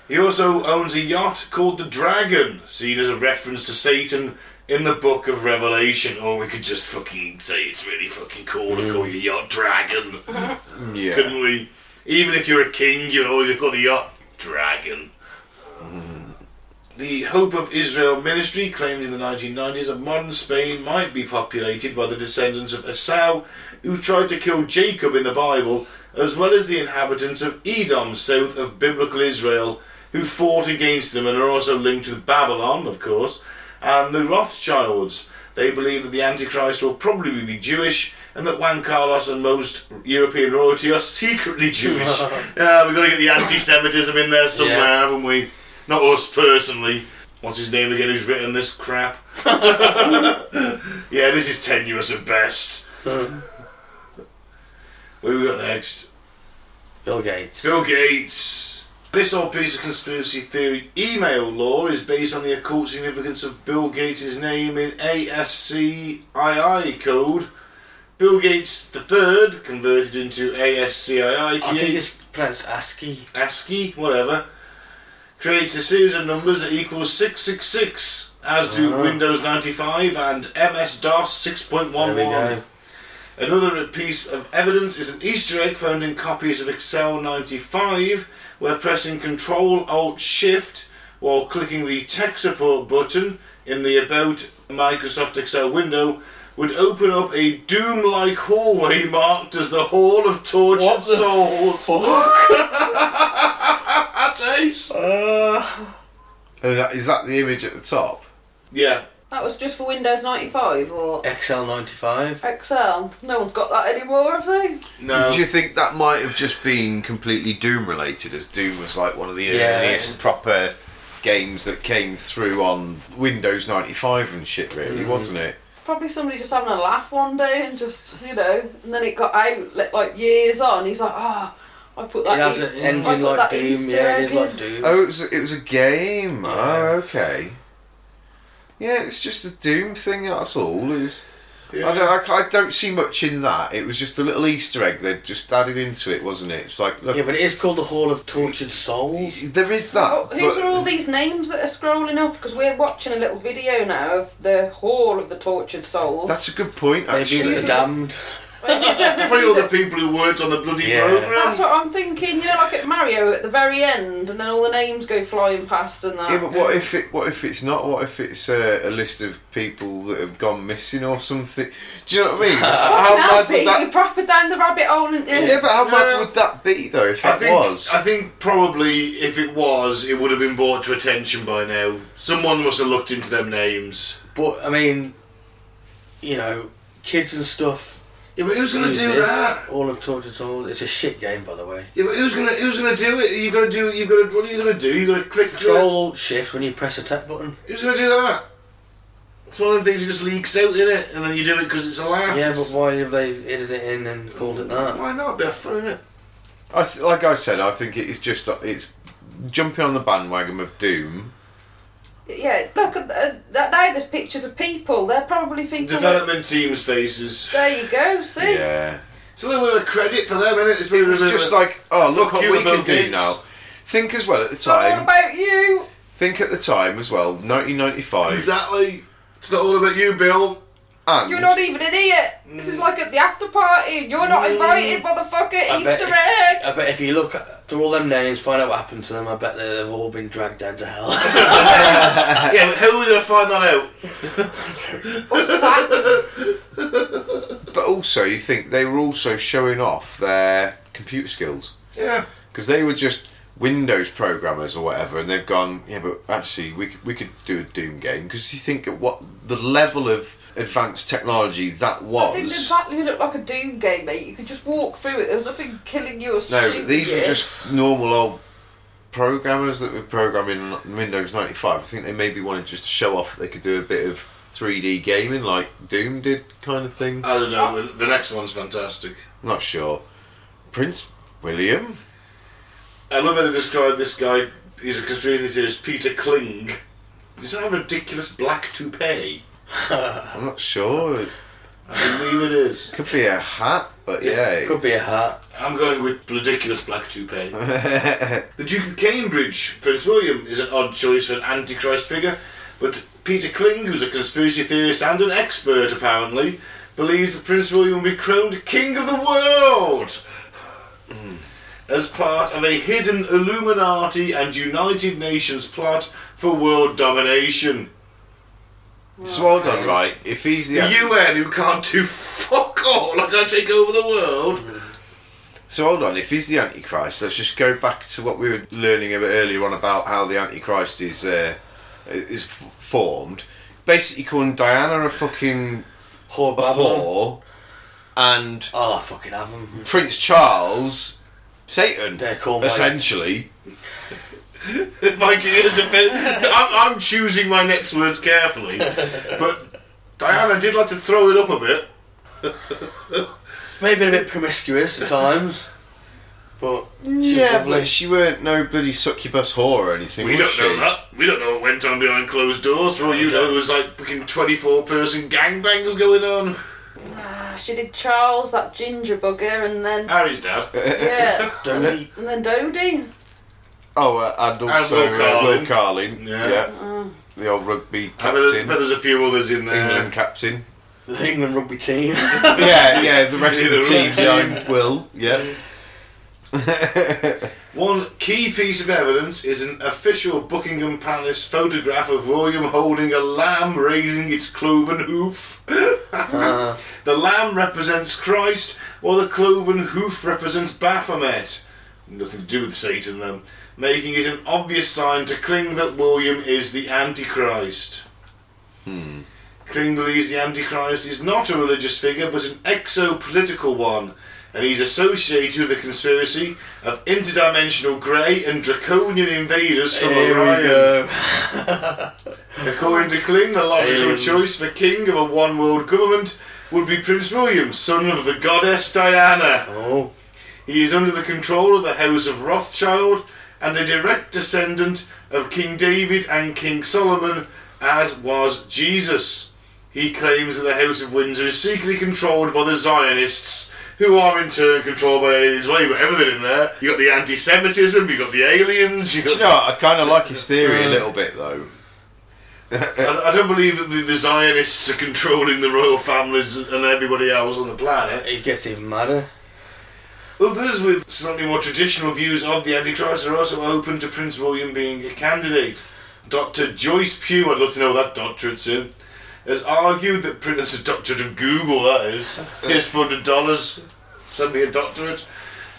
A: He also owns a yacht called the Dragon, seen as a reference to Satan in the Book of Revelation. Or we could just fucking say it's really fucking cool to call your yacht Dragon,
D: Yeah.
A: couldn't we? Even if you're a king, you know, you've got the yacht Dragon. The Hope of Israel ministry claimed in the 1990s that modern Spain might be populated by the descendants of Esau, who tried to kill Jacob in the Bible, as well as the inhabitants of Edom, south of biblical Israel, who fought against them and are also linked with Babylon, of course, and the Rothschilds. They believe that the Antichrist will probably be Jewish and that Juan Carlos and most European royalty are secretly Jewish. Ah, we've got to get the anti Semitism in there somewhere,
B: Yeah.
A: haven't we? Not us personally. What's his name again who's written this crap? yeah, this is tenuous at best. Who we got next?
B: Bill Gates.
A: Bill Gates. This old piece of conspiracy theory email law is based on the occult significance of Bill Gates' name in ASCII code. Bill Gates III, converted into ASCII,
B: I think it's pronounced ASCII.
A: ASCII, whatever, creates a series of numbers that equals 666, as do
B: Ah.
A: Windows 95 and MS DOS 6.11.
B: There we go.
A: Another piece of evidence is an Easter egg found in copies of Excel 95, where pressing Control Alt Shift while clicking the tech support button in the About Microsoft Excel window would open up a doom like hallway marked as the Hall of Tortured
B: What the
A: Souls.
B: Fuck.
A: That's ace!
B: Uh,
D: And that, is that the image at the top?
A: Yeah.
C: That was just for Windows 95 or
B: XL95.
C: Excel. No one's got that anymore, have they?
A: No.
D: Do you think that might have just been completely Doom related, as Doom was like one of the
B: Yeah.
D: earliest proper games that came through on Windows 95 and shit, really, wasn't it?
C: Probably somebody just having a laugh one day and just, you know, and then it got out like, like years on. He's like, ah, I put
B: It
C: that
B: has
C: in-
B: an
C: I put
B: engine like
C: that
B: Doom.
C: Easter
B: Yeah, it
C: egg
B: is like
C: in."
B: Doom.
D: Oh, it was it was a game.
B: Yeah.
D: Oh, okay. Yeah, it's just a Doom thing. That's all. It was, I,
A: Yeah.
D: don't, I, I don't see much in that. It was just a little Easter egg they just added into it, wasn't it? It's like look,
B: Yeah, but it is called the Hall of Tortured Souls.
D: there is that.
C: Oh, whose
D: but-
C: are all these names that are scrolling up? Because we're watching a little video now of the Hall of the Tortured Souls.
D: That's a good point.
B: Maybe
D: Actually,
B: it's the damned.
C: Well, it's
A: Probably all
C: everybody
A: the
C: that-
A: people who worked on the bloody
B: Yeah.
A: program.
C: That's what I'm thinking. You know, like at Mario at the very end, and then all the names go flying past and that.
D: Yeah, but what if it? What if it's not? What if it's uh, a, a list of people that have gone missing or something? Do you know what I mean? how
C: Now,
D: mad
C: Pete,
D: would
C: you're
D: that?
C: proper down the rabbit hole, and
D: Yeah, but how
A: No.
D: mad would that be though if
A: I
D: that
A: think,
D: was?
A: I think probably if it was, it would have been brought to attention by now. Someone must have looked into them names.
B: But, I mean, you know, kids and stuff.
A: Yeah, but who's going to
B: use
A: do
B: this,
A: that?
B: All of Tortured Souls. It's a shit game, by the way.
A: Yeah, but who's gonna who's gonna do it? You gotta do. You gotta. What are you gonna do? You gotta click.
B: Control Alt Shift when you press the tap button.
A: Who's gonna do that? It's one of them things that just leaks out in it, and then you do it because it's a laugh.
B: Yeah, but why have they edited it in and called it that?
A: why not? Bit of fun in it.
D: I th- like I said, I think it is just it's jumping on the bandwagon of Doom.
C: yeah, look at uh, that. Now there's pictures of people. They're probably people. that-
A: Development team's faces.
C: there you go. See,
D: Yeah,
A: It's a little bit of credit for them, innit? It's
D: it was just like, oh look
A: Fuck
D: what
A: you,
D: we
A: Bill
D: can do
A: Gates.
D: now. Think as well at the
C: it's not all
D: time.
C: about you.
D: Think at the time as well. 1995.
A: exactly. It's not all about you, Bill.
D: And
C: You're not even in here. This is like at the after party. You're not invited, motherfucker.
B: I bet
C: Easter
B: if-
C: egg.
B: I bet if you look at, through all them names, find out what happened to them, I bet they've all been dragged down to hell.
A: yeah, but how are we gonna find that out?
C: Or sacked.
D: But also, you think they were also showing off their computer skills
A: Yeah.
D: because they were just Windows programmers or whatever, and they've gone, yeah, but actually, we could, we could do a Doom game because you think at what the level of advanced technology that
C: It didn't
D: was.
C: exactly look like a Doom game, mate. You could just walk through it. There was nothing killing you or
D: No,
C: shooting
D: but these
C: you.
D: were just normal old programmers that were programming Windows ninety five. I think they maybe wanted just to show off that they could do a bit of three D gaming like Doom did, kind of thing.
A: I don't know. The, the next one's fantastic.
D: not sure. Prince William.
A: I love how they describe this guy. He's a conspiracy theorist, Peter Kling. Is that a ridiculous black toupee?
D: I'm not sure.
A: I believe it is.
D: Could be a hat, but yeah.
B: Could be a hat.
A: I'm going with ridiculous black toupee.
D: it-
A: The Duke of Cambridge, Prince William, is an odd choice for an antichrist figure, but Peter Kling, who's a conspiracy theorist and an expert apparently, believes that Prince William will be crowned King of the World as part of a hidden Illuminati and United Nations plot for world domination.
D: so hold on, right? If he's the,
A: The UN, who can't do fuck all, are going to take over the world.
D: so hold on, if he's the Antichrist, let's just go back to what we were learning a bit earlier on about how the Antichrist is uh, is f- formed. Basically, calling Diana a fucking
B: Whore
D: a
B: Babylon.
D: whore, and
B: Oh, I fucking have them.
D: Prince Charles Satan.
B: They're called by-
D: essentially.
A: Mike, you're gonna defend. I'm, I'm choosing my next words carefully, but Diana did like to throw it up a bit.
B: Maybe a bit promiscuous at times, but she's
D: Yeah,
B: lovely.
D: but she weren't no bloody succubus whore or anything.
A: We
D: was
A: don't
D: she?
A: know that. We don't know what went on behind closed doors. For all you know, there was like fucking 24 person gangbangs going on.
C: Ah, she did Charles, that ginger bugger, and then
D: Uh,
A: Harry's dad.
C: yeah,
B: Dodie.
C: and then Dodie.
D: Oh, uh, and also
A: Will
D: uh,
A: Carling.
D: Will Carling.
A: Yeah.
D: Yeah. The old rugby
A: I bet there's,
D: captain.
A: bet there's a few others in there.
D: England captain.
B: The England rugby team.
D: yeah, yeah, the rest of
A: Yeah,
D: the
A: the
D: team
A: rest.
D: behind Will. Yeah.
A: One key piece of evidence is an official Buckingham Palace photograph of William holding a lamb raising its cloven hoof.
B: Uh,
A: The lamb represents Christ, while the cloven hoof represents Baphomet. Nothing to do with Satan, though. Making it an obvious sign to Kling that William is the Antichrist.
B: Hmm.
A: Kling believes the Antichrist is not a religious figure, but an exopolitical one, and he's associated with the conspiracy of interdimensional grey and draconian invaders from
B: here
A: Orion.
B: we go.
A: According to Kling, the logical
B: Aliens.
A: choice for king of a one world government would be Prince William, son of the goddess Diana.
B: Oh,
A: He is under the control of the House of Rothschild and a direct descendant of King David and King Solomon, as was Jesus. He claims that the House of Windsor is secretly controlled by the Zionists, who are in turn controlled by aliens. Well, you've got everything in there. You've got the anti Semitism, you've got the aliens, you've
D: Do
A: got
D: you know, what? I kind of like his theory a little bit though.
A: I, I don't believe that the, the Zionists are controlling the royal families and everybody else on the planet.
B: it gets even madder.
A: Others with slightly more traditional views of the Antichrist are also open to Prince William being a candidate. Dr. Joyce Pugh, I'd love to know that doctorate soon, has argued that Prince that's a doctorate of Google, that is. Here's funded dollars, send me a doctorate.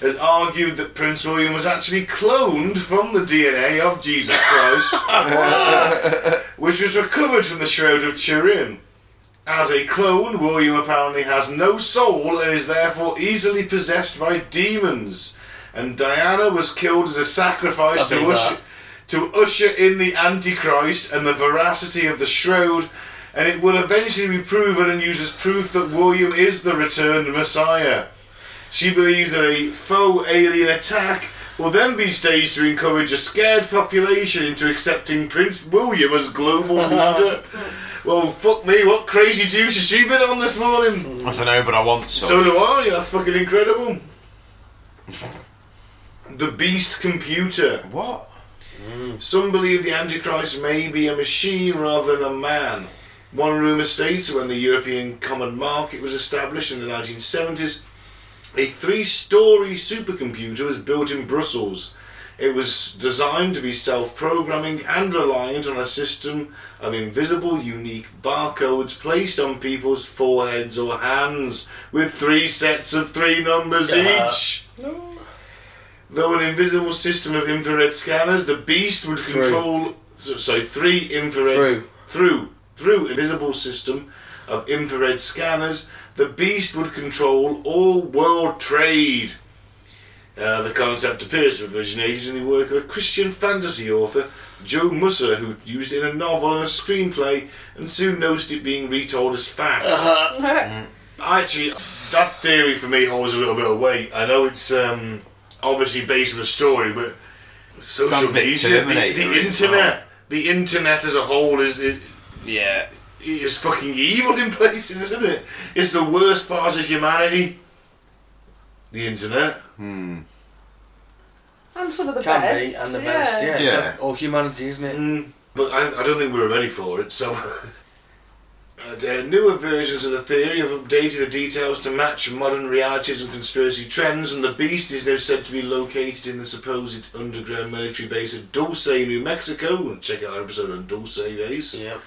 A: Has argued that Prince William was actually cloned from the DNA of Jesus Christ, which was recovered from the Shroud of Turin. As a clone, William apparently has no soul and is therefore easily possessed by demons. And Diana was killed as a sacrifice
B: I
A: to
B: believe
A: usher,
B: that.
A: to usher in the Antichrist and the veracity of the Shroud. And it will eventually be proven and used as proof that William is the returned Messiah. She believes that a faux alien attack will then be staged to encourage a scared population into accepting Prince William as global leader. well, fuck me, what crazy juice has she been on this morning?
D: I don't know, but I want some.
A: So do I, that's fucking incredible. The Beast Computer.
D: what?
A: Some believe the Antichrist may be a machine rather than a man. One rumour states that when the European Common Market was established in the 1970s, a three story supercomputer was built in Brussels. It was designed to be self programming and reliant on a system of invisible, unique barcodes placed on people's foreheads or hands, with three sets of three numbers
B: Yeah.
A: each. Though an invisible system of infrared scanners, the beast would
B: Through.
A: control. So, sorry, three infrared.
B: Through.
A: Through. Through invisible system of infrared scanners, the beast would control all world trade. Uh, the concept appears to have originated in the work of a Christian fantasy author, Joe Musser, who used it in a novel and a screenplay, and soon noticed it being retold as fact.
D: Mm.
A: Actually, that theory for me holds a little bit of weight. I know it's um, obviously based on the story, but social
D: Sounds a bit
A: media, the,
D: Terminator
A: the
D: as well.
A: internet, the internet as a whole is, is
D: Yeah.
A: is fucking evil in places, isn't it? It's the worst part of humanity. The internet.
C: And some of the
B: Can
C: best.
B: be, and the best, yeah.
D: Yeah.
B: It's like all humanity, isn't it?
A: Mm, but I, I don't think we were ready for it, so. And, uh, newer versions of the theory have updated the details to match modern realities and conspiracy trends, and the beast is now said to be located in the supposed underground military base of Dulce, New Mexico. And check out our episode on Dulce Base.
B: Yeah.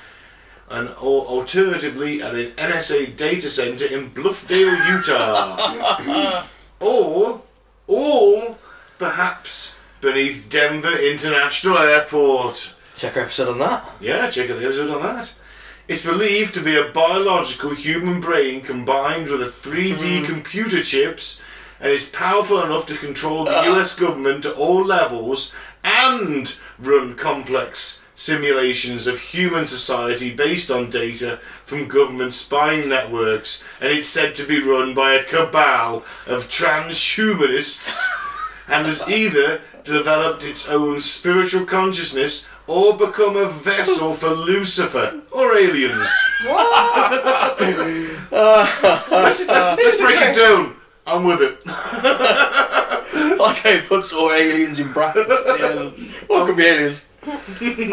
A: And or alternatively, at an NSA data center in Bluffdale, Utah. or, or perhaps beneath Denver International Airport.
B: Check our episode on that.
A: Yeah, check out the episode on that. It's believed to be a biological human brain combined with a 3D computer chips and is powerful enough to control the US government at all levels and run complex simulations of human society based on data from government spying networks and it's said to be run by a cabal of transhumanists and has either developed its own spiritual consciousness or become a vessel for Lucifer or aliens.
C: What?
A: Let's, let's- let's break it down. I'm with it.
B: Like how he puts all aliens in brackets. at the end. How can be aliens?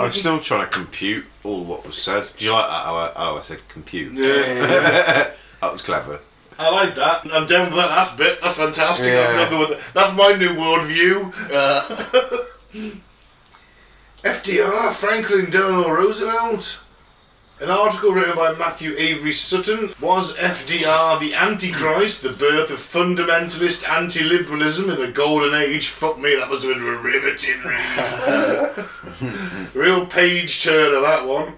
D: I'm still trying to compute all what was said. Do you like that? How I, how I said compute.
A: Yeah.
D: That was clever.
A: I like that. I'm down for that last bit. That's fantastic.
D: Yeah.
A: I'm not good with it. That's my new worldview.
B: Uh,
A: FDR, Franklin Delano Roosevelt. An article written by Matthew Avery Sutton was FDR the Antichrist, the birth of fundamentalist anti liberalism in the golden age. Fuck me, that was a riveting read. Real page turner, that one.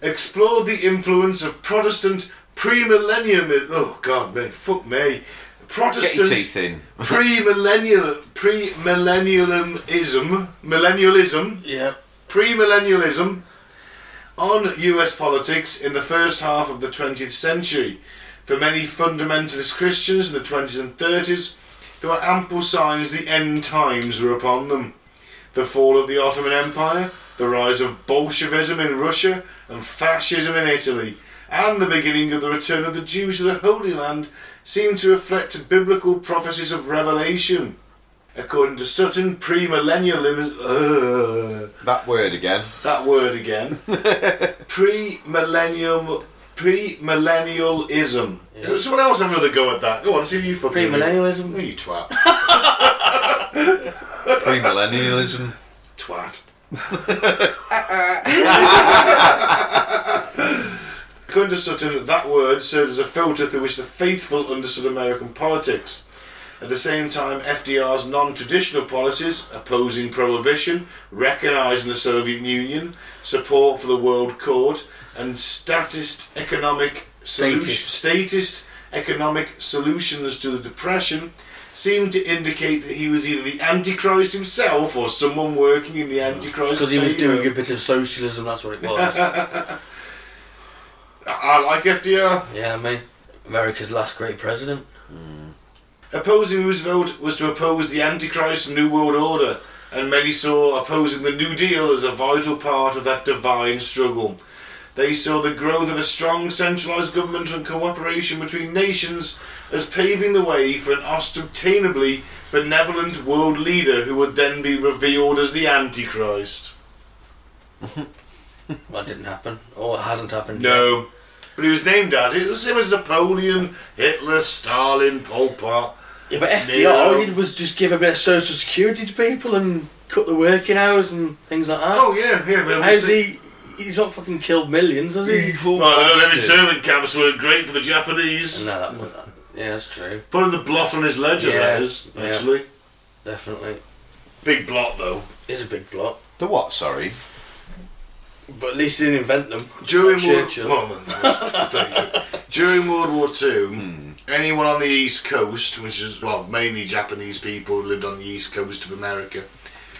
A: Explored the influence of Protestant premillennialism. Oh, God, me, fuck me.
D: Get your
A: Protestant
D: teeth in.
A: pre-millennial pre-millennialism millennialism
B: yeah.
A: pre-millennialism on US politics in the first half of the 20th century for many fundamentalist Christians in the 20s and 30s there were ample signs the end times were upon them the fall of the Ottoman Empire the rise of Bolshevism in Russia and fascism in Italy and the beginning of the return of the Jews to the Holy Land seem to reflect biblical prophecies of revelation according to Sutton uh, premillennialism
D: That word again.
A: that word again. pre-millennium, pre-millennialism. Does Someone else have another go at that. Go on, see if you fucking. No,
B: Premillennialism.
A: you twat.
D: Premillennialism.
A: twat.
C: Uh-uh.
A: According to Sutton, that word served as a filter through which the faithful understood American politics. At the same time, FDR's non traditional policies, opposing prohibition, recognising the Soviet Union, support for the World Court, and statist economic, solu-
B: Statist.
A: statist economic solutions to the Depression seemed to indicate that he was either the Antichrist himself or someone working in the Antichrist.
B: Because he was
A: favour.
B: doing a bit of socialism, that's what it was.
A: I I like FDR.
B: yeah, mate. America's last great president.
A: Opposing Roosevelt was to oppose the Antichrist New World Order, and many saw opposing the New Deal as a vital part of that divine struggle. They saw the growth of a strong centralised government and cooperation between nations as paving the way for an ostentatiously benevolent world leader who would then be revealed as the Antichrist.
B: That didn't happen. Or it hasn't happened.
A: No. But he was named as it. It was the same as Napoleon, Hitler, Stalin, Pol Pot.
B: Yeah, but FDR all
A: No.
B: he did was just give a bit of social security to people and cut the working hours and things like that.
A: Oh, yeah, yeah. But
B: How's he? He's not fucking killed millions, has he?
D: Evil
A: Well, I know them
D: bastard.
A: internment camps were great for the Japanese.
B: no, that was that. Yeah, that's true.
A: Put in the blot on his ledger,
B: Yeah,
A: that is,
B: yeah.
A: actually.
B: Definitely,
A: Big blot, though.
B: it's a big block.
D: The what? Sorry.
B: But at least he didn't invent them.
A: During
B: Like
A: World,
B: Churchill.
A: well, no, that's- thank you. During World War Two, anyone on the East Coast, which is well mainly Japanese people who lived on the East Coast of America,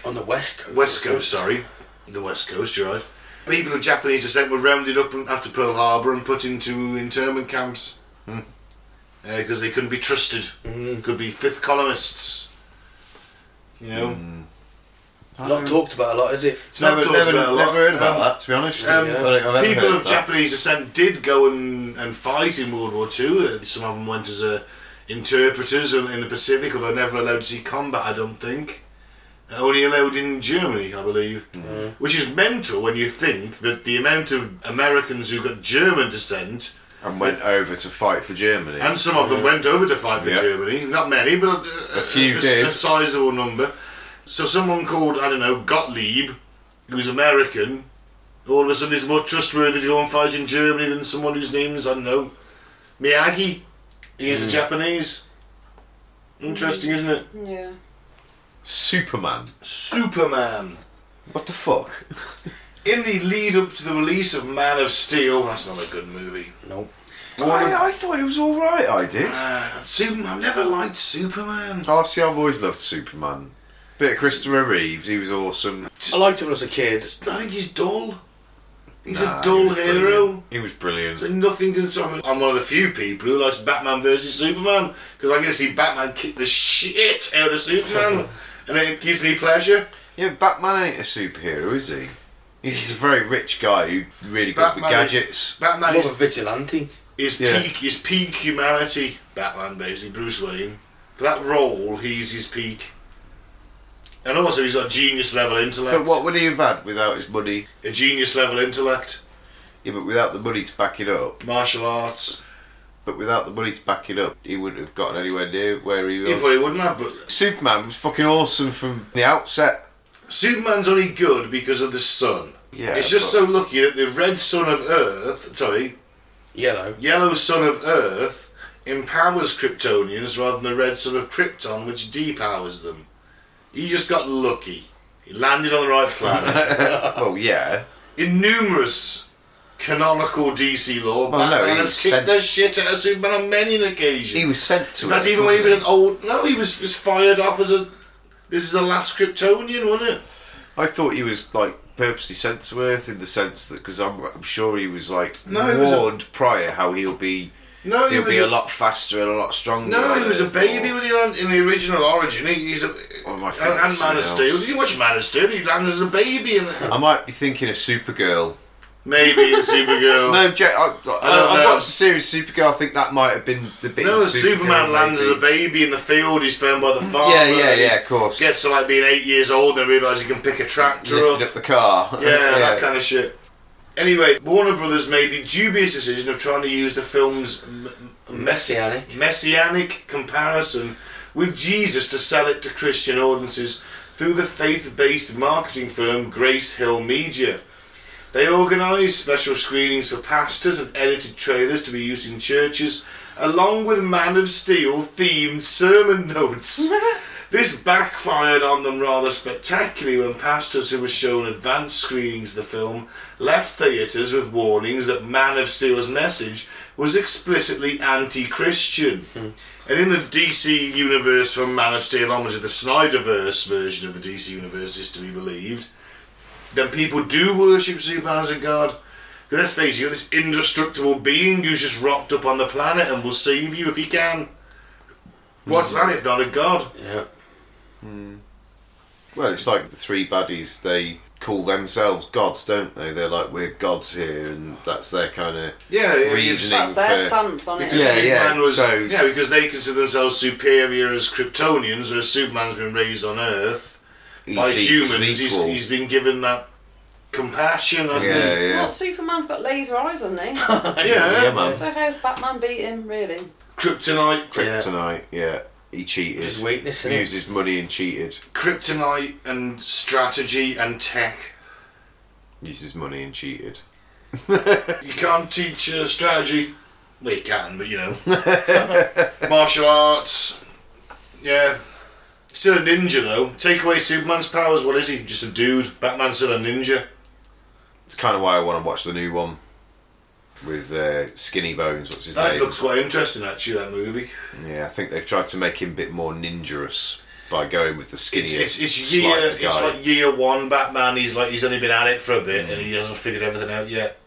B: On the west coast.
A: West Coast, sorry, the West Coast, you're right. People of Japanese descent were rounded up after Pearl Harbor and put into internment camps
D: Hmm.
A: because they couldn't be trusted. Could be fifth columnists. You know.
B: Not talked about a lot, is it?
A: It's not
D: Hmm. never,
A: talked
D: never,
A: about a lot.
D: never heard about
A: Um,
D: that. To be honest,
A: um,
D: I don't think I've ever
A: People
D: heard
A: of
D: that.
A: Japanese descent did go and, and fight in World War Two. Uh, Some of them went as uh, interpreters in, in the Pacific, although never allowed to see combat. I don't think. Uh, Only allowed in Germany, I believe,
D: Mm.
A: which is mental when you think that the amount of Americans who got German descent,
D: and went over to fight for Germany.
A: and some of them went over to fight for
D: Yeah.
A: Germany. Not many, but uh, a,
D: few
A: a,
D: did.
A: a sizable number. So someone called I don't know Gottlieb, who's American, all of a sudden is more trustworthy to go and fight in Germany than someone whose name's I don't know Miyagi. He is a
D: Hmm.
A: Japanese. Interesting, isn't it?
C: yeah.
D: Superman.
A: Superman.
D: What the fuck?
A: In the lead up to the release of Man of Steel, that's not a good movie.
B: Nope.
D: I, I thought it was all right. I did.
A: Uh, Superman. I've never liked Superman.
D: Oh, see, I've always loved Superman. Bit of Christopher Reeves. He was awesome.
B: I liked it when I was a kid.
A: I think he's dull. He's a
D: Nah, he
A: dull
D: was
A: hero.
D: brilliant. He was brilliant.
A: So nothing can stop me. I'm one of the few people who likes Batman versus Superman because I get to see Batman kick the shit out of Superman, and it gives me pleasure.
D: Yeah, Batman ain't a superhero, is he? He's just a very rich guy who really good with
A: Batman is-
D: gadgets.
A: Batman
B: More of
A: is,
B: a vigilante.
A: is
D: yeah.
A: peak is peak humanity. Batman basically Bruce Wayne for that role, he's his peak. And also, he's got genius level intellect.
D: But what would he have had without his money?
A: A genius level intellect,
D: Yeah, but without the money to back it up.
A: martial arts.
D: But without the money to back it up, he wouldn't have gotten anywhere near where he was.
A: He probably wouldn't have, but
D: Superman was fucking awesome from the outset.
A: Superman's only good because of the sun.
D: Yeah,
A: it's just
D: but-
A: so lucky that the red sun of Earth, sorry,
B: Yellow.
A: yellow sun of Earth empowers Kryptonians rather than the red sun of Krypton, which depowers them. He just got lucky. He landed on the right planet.
D: Well, yeah.
A: In numerous canonical DC lore,
D: Well, no,
A: Batman
D: he
A: has kicked
D: sent-
A: the shit out of Superman on many an occasion.
D: He was sent to
A: In fact,
D: it,
A: even when he was
D: wasn't
A: an old, no, he was just fired off as a. This is the last Kryptonian, wasn't it?
D: I thought he was like purposely sent to Earth in the sense that because I'm, I'm sure he was like
A: No, he was a-
D: warned prior how he'll be
A: No, he
D: he'll
A: was
D: be a, lot faster and a lot stronger.
A: No,
D: on
A: he was a
D: Earth,
A: baby
D: or-
A: when he land in the original Origin. He, he's a
D: Oh, my
A: and,
D: friends,
A: and Man of
D: something
A: Steel.
D: else.
A: Did you watch Man of Steel? He lands as a baby in
D: I might be thinking of Supergirl.
A: maybe in Supergirl.
D: No, Jack, I, I,
A: Oh. don't
D: I've
A: know.
D: watched the series Supergirl. I think that might have been the bit.
A: No,
D: of
A: Superman
D: Supergirl,
A: lands as
D: maybe.
A: a baby in the field. He's found by the farmer.
D: Yeah, yeah,
A: He
D: yeah. Of course.
A: Gets to like being eight years old and realises he can pick a tractor up.
D: Lifted up the car.
A: Yeah, that kind of shit. Anyway, Warner Brothers made the dubious decision of trying to use the film's m- m-
B: Messianic.
A: messianic comparison with Jesus to sell it to Christian audiences through the faith based marketing firm Grace Hill Media. They organised special screenings for pastors and edited trailers to be used in churches, along with Man of Steel themed sermon notes. This backfired on them rather spectacularly when pastors who were shown advanced screenings of the film left theatres with warnings that Man of Steel's message was explicitly anti Christian. And in the DC universe from Man of Steel onwards, if the Snyderverse version of the DC universe is to be believed, then people do worship Superman as a god. 'Cause Let's face it, you're this indestructible being who's just rocked up on the planet and will save you if he can.
D: Mm.
A: What's that if not a god?
B: Yeah.
D: Well, it's like the three buddies. They call themselves gods, don't they? They're like we're gods here, and that's their kind of.
A: Yeah, if you-
D: Reason.
C: That's their
D: for-
C: stance on it.
A: because
D: Yeah, yeah,
A: Superman was-
D: so-
A: yeah, because they consider themselves superior as Kryptonians, whereas Superman's been raised on Earth
D: He
A: by
D: sees
A: humans.
D: as
A: He's,
D: equal.
A: he's been given that compassion, hasn't
D: yeah,
A: he?
D: yeah.
C: Well, Superman's got laser eyes, hasn't he?
A: Yeah,
D: Yeah, man.
C: so how's Batman beat him, really?
A: Kryptonite,
D: Kryptonite. Yeah, he cheated.
B: His weakness,
D: He
B: innit?
D: used his money and cheated.
A: Kryptonite, and strategy and tech.
D: Used his money and cheated.
A: You can't teach uh, strategy. Well, you can, but you know, martial arts. Yeah, still a ninja though. Take away Superman's powers, what is he? Just a dude. Batman's still a ninja.
D: It's kind of why I want to watch the new one with uh, Skinny Bones. What's his
A: That
D: name?
A: looks quite interesting, actually. That movie.
D: Yeah, I think they've tried to make him a bit more ninjurous by going with the skinnier.
A: It's it's, it's year
D: slighter
A: it's
D: guy.
A: like year one Batman. He's like he's only been at it for a bit and he hasn't figured everything out yet.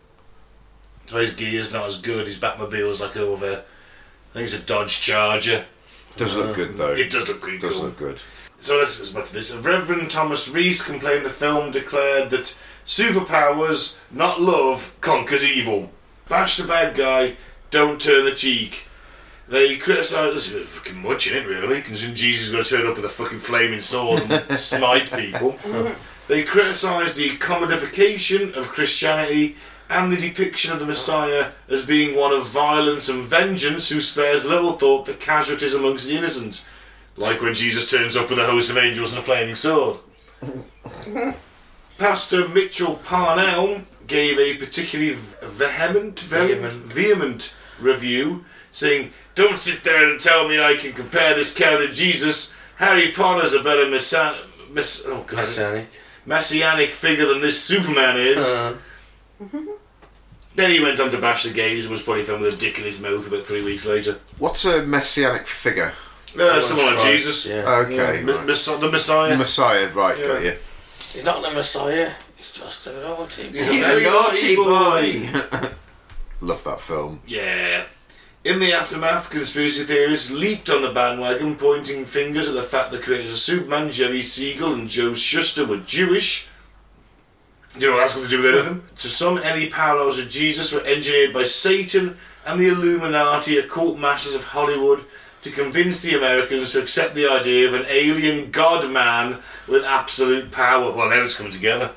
A: So his gear's not as good. His Batmobile's like over. I think it's a Dodge Charger.
D: does look good though.
A: It does look pretty
D: Does
A: cool.
D: look good.
A: So let's get back to this. Reverend Thomas Rees complained the film declared that superpowers, not love, conquers evil. Bash the bad guy, don't turn the cheek. They criticise this is a bit fucking much in it really, considering Jesus is going to turn up with a fucking flaming sword and smite people. They criticised the commodification of Christianity and the depiction of the Messiah as being one of violence and vengeance who spares little thought for casualties amongst the innocent, like when Jesus turns up with a host of angels and a flaming sword. Pastor Mitchell Parnell gave a particularly vehement, vehement,
B: Vehement.
A: vehement review, saying, Don't sit there and tell me I can compare this cow to Jesus. Harry Potter's a better messiah. Mess- oh, God
B: Messianic.
A: messianic figure than this Superman is.
B: Uh,
A: then he went on to bash the gays and was probably found with a dick in his mouth about three weeks later.
D: What's a messianic figure?
A: Uh, someone like
B: Christ,
A: Jesus.
B: Yeah.
D: Okay,
A: M-
D: right.
A: Mess- the Messiah.
D: Messiah, right?
A: Yeah.
D: Got you.
B: He's not the Messiah. He's just a naughty.
A: He's
B: boy.
A: a very naughty boy.
D: Love that film.
A: Yeah. In the aftermath, conspiracy theorists leaped on the bandwagon, pointing fingers at the fact the creators of Superman, Jerry Siegel and Joe Shuster, were Jewish. Do you know what that's got to do with anything? To some, any parallels of Jesus were engineered by Satan and the Illuminati, occult masters of Hollywood, to convince the Americans to accept the idea of an alien god man with absolute power. Well, now it's coming together.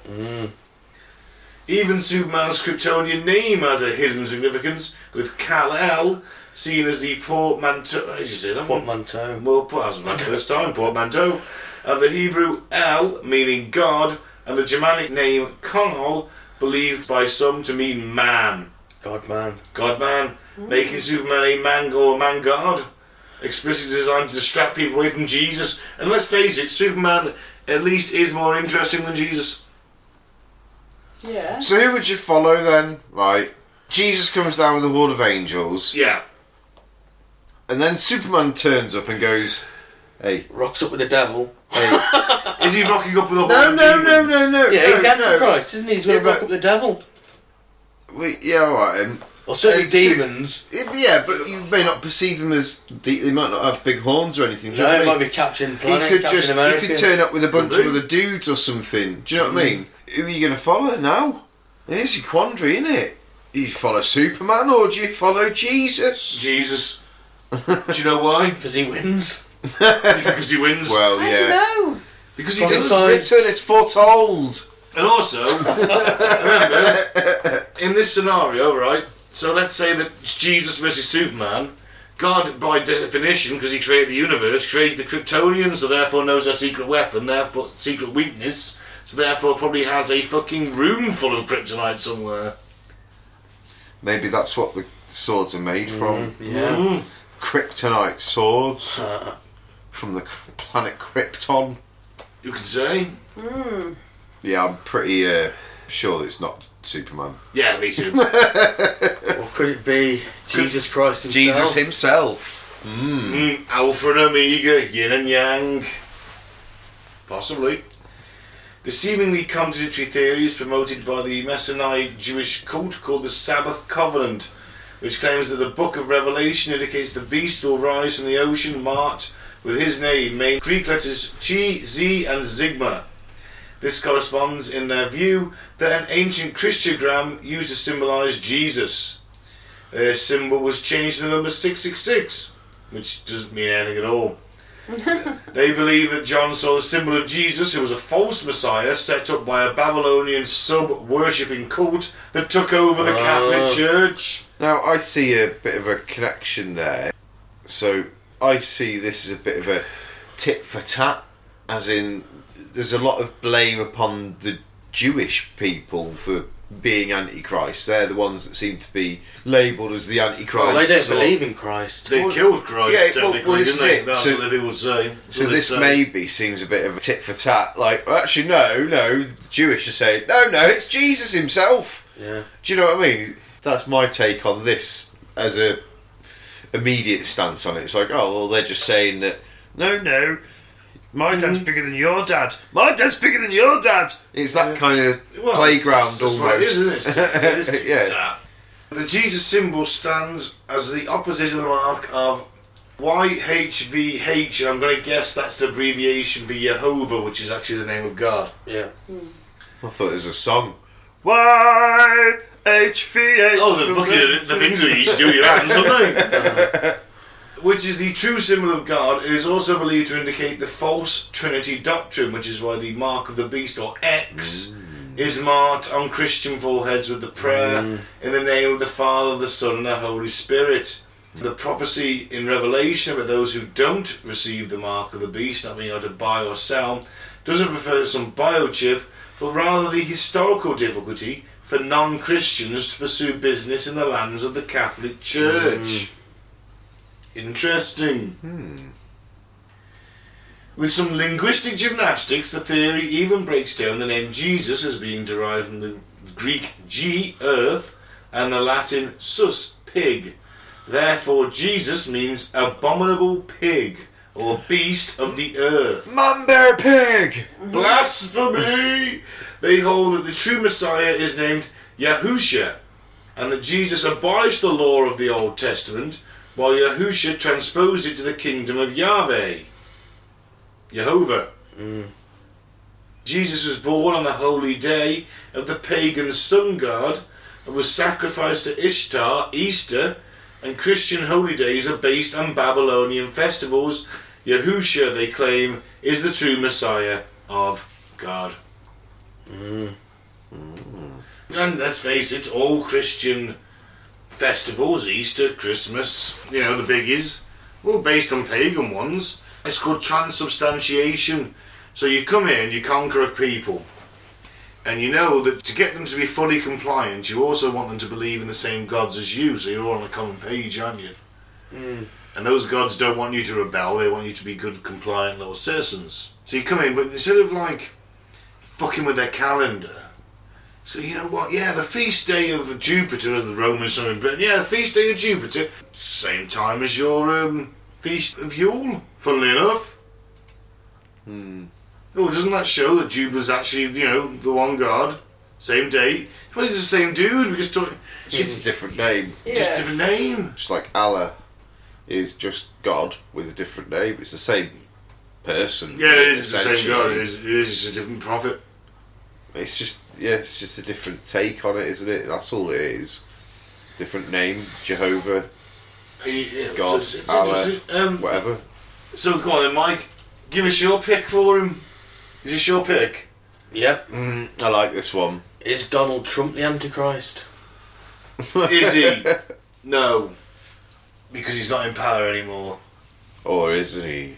A: Even Superman's Kryptonian name has a hidden significance, with Kal El seen as the portmanteau. How did you say that one?
B: Portmanteau.
A: Well, put as my first time, portmanteau, of the Hebrew El, meaning God, and the Germanic name Karl, believed by some to mean man.
B: God, man.
A: God man,
D: Mm.
A: making Superman a man or man god. Explicitly designed to distract people away from Jesus. And let's face it, Superman at least is more interesting than Jesus.
C: Yeah.
D: So who would you follow then? Right. Jesus comes down with a horde of angels,
A: Yeah.
D: and then Superman turns up and goes, "Hey,
B: Rocks up with the devil.
D: hey."
A: Is he rocking up with a
D: no,
A: whole
D: no, no, no, no.
B: Yeah,
D: no,
B: he's Antichrist, isn't he? He's going
D: Yeah,
B: to rock
D: but-
B: up the devil.
D: No. We, yeah, all right. Um,
B: Or certainly
D: Uh, so-
B: demons.
D: it- yeah, but you may not perceive them as de- they might not have big horns or anything. Do you
B: No,
D: know what
B: it
D: I mean?
B: might be Captain
D: He
B: Planet,
D: could
B: Captain
D: just
B: America.
D: he could turn up with a bunch of
A: Probably.
D: other dudes or something. Do you know what I mean? Who are you going to follow now? It's a quandary, isn't it? Do you follow Superman or do you follow Jesus?
A: Jesus. Do you know why?
B: because he wins.
A: because he wins.
D: Well,
C: I
D: yeah.
C: don't know.
A: because he
B: Prophesy.
A: does.
B: Sorry.
D: Written, it's foretold.
A: And also, remember, in this scenario, right? So let's say that it's Jesus versus Superman. God, by definition, because he created the universe, created the Kryptonians, so therefore knows their secret weapon, therefore secret weakness, so therefore probably has a fucking room full of kryptonite somewhere.
D: Maybe that's what the swords are made from.
B: Yeah.
A: Mm.
D: Kryptonite swords from the k- planet Krypton.
A: You could say.
D: Yeah, I'm pretty uh, sure it's not Superman.
A: Yeah, me too.
B: Or could it be Jesus Christ himself?
D: Jesus himself.
A: mm, Alpha and Omega, yin and yang. Possibly. The seemingly contradictory theories promoted by the Messianic Jewish cult called the Sabbath Covenant, which claims that the Book of Revelation indicates the beast will rise from the ocean marked with his name, main Greek letters Chi, Z, and Sigma. This corresponds, in their view, that an ancient Christogram used to symbolize Jesus. Their symbol Uh, was changed to the number 666, which doesn't mean anything at all. They believe that John saw the symbol of Jesus, who was a false messiah set up by a Babylonian sub worshipping cult that took over the Catholic
B: Ah.
A: Church.
D: Now I see a bit of a connection there. So I see this as a bit of a tit for tat, as in there's a lot of blame upon the Jewish people for being antichrist. They're the ones that seem to be labelled as the antichrist.
B: Well, they don't
D: So-
B: believe in Christ.
A: They
D: Well,
A: killed Christ,
D: yeah, well-
A: technically,
D: well, this
A: didn't they?
D: is it.
A: That's
D: So-
A: what the people would say. That's
D: So
A: what they'd
D: this
A: say.
D: maybe seems a bit of a tit for tat. Like, well, actually, no, no. The Jewish are saying, no, no, it's Jesus himself.
B: Yeah.
D: Do you know what I mean? That's my take on this as a immediate stance on it. It's like, oh, well, they're just saying that. No, no, my
A: Mm-hmm.
D: dad's bigger than your dad. My dad's bigger than your dad. It's that kind of
A: Well,
D: playground
A: that's
D: almost.
A: what it is, isn't it? It is
D: Yeah.
A: that. The Jesus symbol stands as the opposite of the mark of YHVH, and I'm going to guess that's the abbreviation for Jehovah, which is actually the name of God.
B: Yeah.
D: I thought it was a song. Y H V H.
A: Oh, the fucking the things that you used to do with your hands, aren't they? Which is the true symbol of God. It is also believed to indicate the false Trinity doctrine, which is why the mark of the beast or X
D: Mm.
A: is marked on Christian foreheads with the prayer in the name of the Father, the Son, and the Holy Spirit. The prophecy in Revelation about those who don't receive the mark of the beast, not being able to buy or sell, doesn't refer to some biochip, but rather the historical difficulty for non Christians to pursue business in the lands of the Catholic Church. Interesting. With some linguistic gymnastics, the theory even breaks down the name Jesus as being derived from the Greek G, earth, and the Latin sus, pig. Therefore, Jesus means abominable pig or beast of the earth.
D: Man Bear Pig.
A: Blasphemy! They hold that the true Messiah is named Yahusha, and that Jesus abolished the law of the Old Testament, while Yahusha transposed it to the kingdom of Yahweh. Jehovah. Jesus was born on the holy day of the pagan sun god and was sacrificed to Ishtar, Easter, and Christian holy days are based on Babylonian festivals. Yahusha, they claim, is the true Messiah of God. And let's face it, all Christian festivals, Easter, Christmas, you know, the biggies, all based on pagan ones. It's called transubstantiation. So you come in, you conquer a people, and you know that to get them to be fully compliant, you also want them to believe in the same gods as you, so you're all on a common page, aren't you? And those gods don't want you to rebel, they want you to be good, compliant little citizens. So you come in, but instead of like fucking with their calendar, so you know what? Yeah, the feast day of Jupiter, as the Romans saw in Britain. Yeah, the feast day of Jupiter, same time as your um, feast of Yule. Funnily enough. Hmm. Oh, doesn't that show that Jupiter's actually you know the one god? Same date. Well, he's the same dude. We just talk.
D: It's a
A: It's
D: different name.
A: just a
C: Yeah.
A: different name.
D: It's like Allah is just God with a different name. It's the same person.
A: Yeah, it is the same god.
D: essentially.
A: It is, it is just a different prophet.
D: It's just yeah, it's just a different take on it, isn't it? That's all it is. Different name, Jehovah, God,
A: It's- it's
D: Allah.
A: interesting. Um,
D: whatever.
A: so go on, then, Mike. Give us your pick for him. Is this your pick?
B: Yep.
D: Mm, I like this one.
B: Is Donald Trump the Antichrist?
A: Is he? No. Because he's not in power anymore.
D: Or is Oh, he?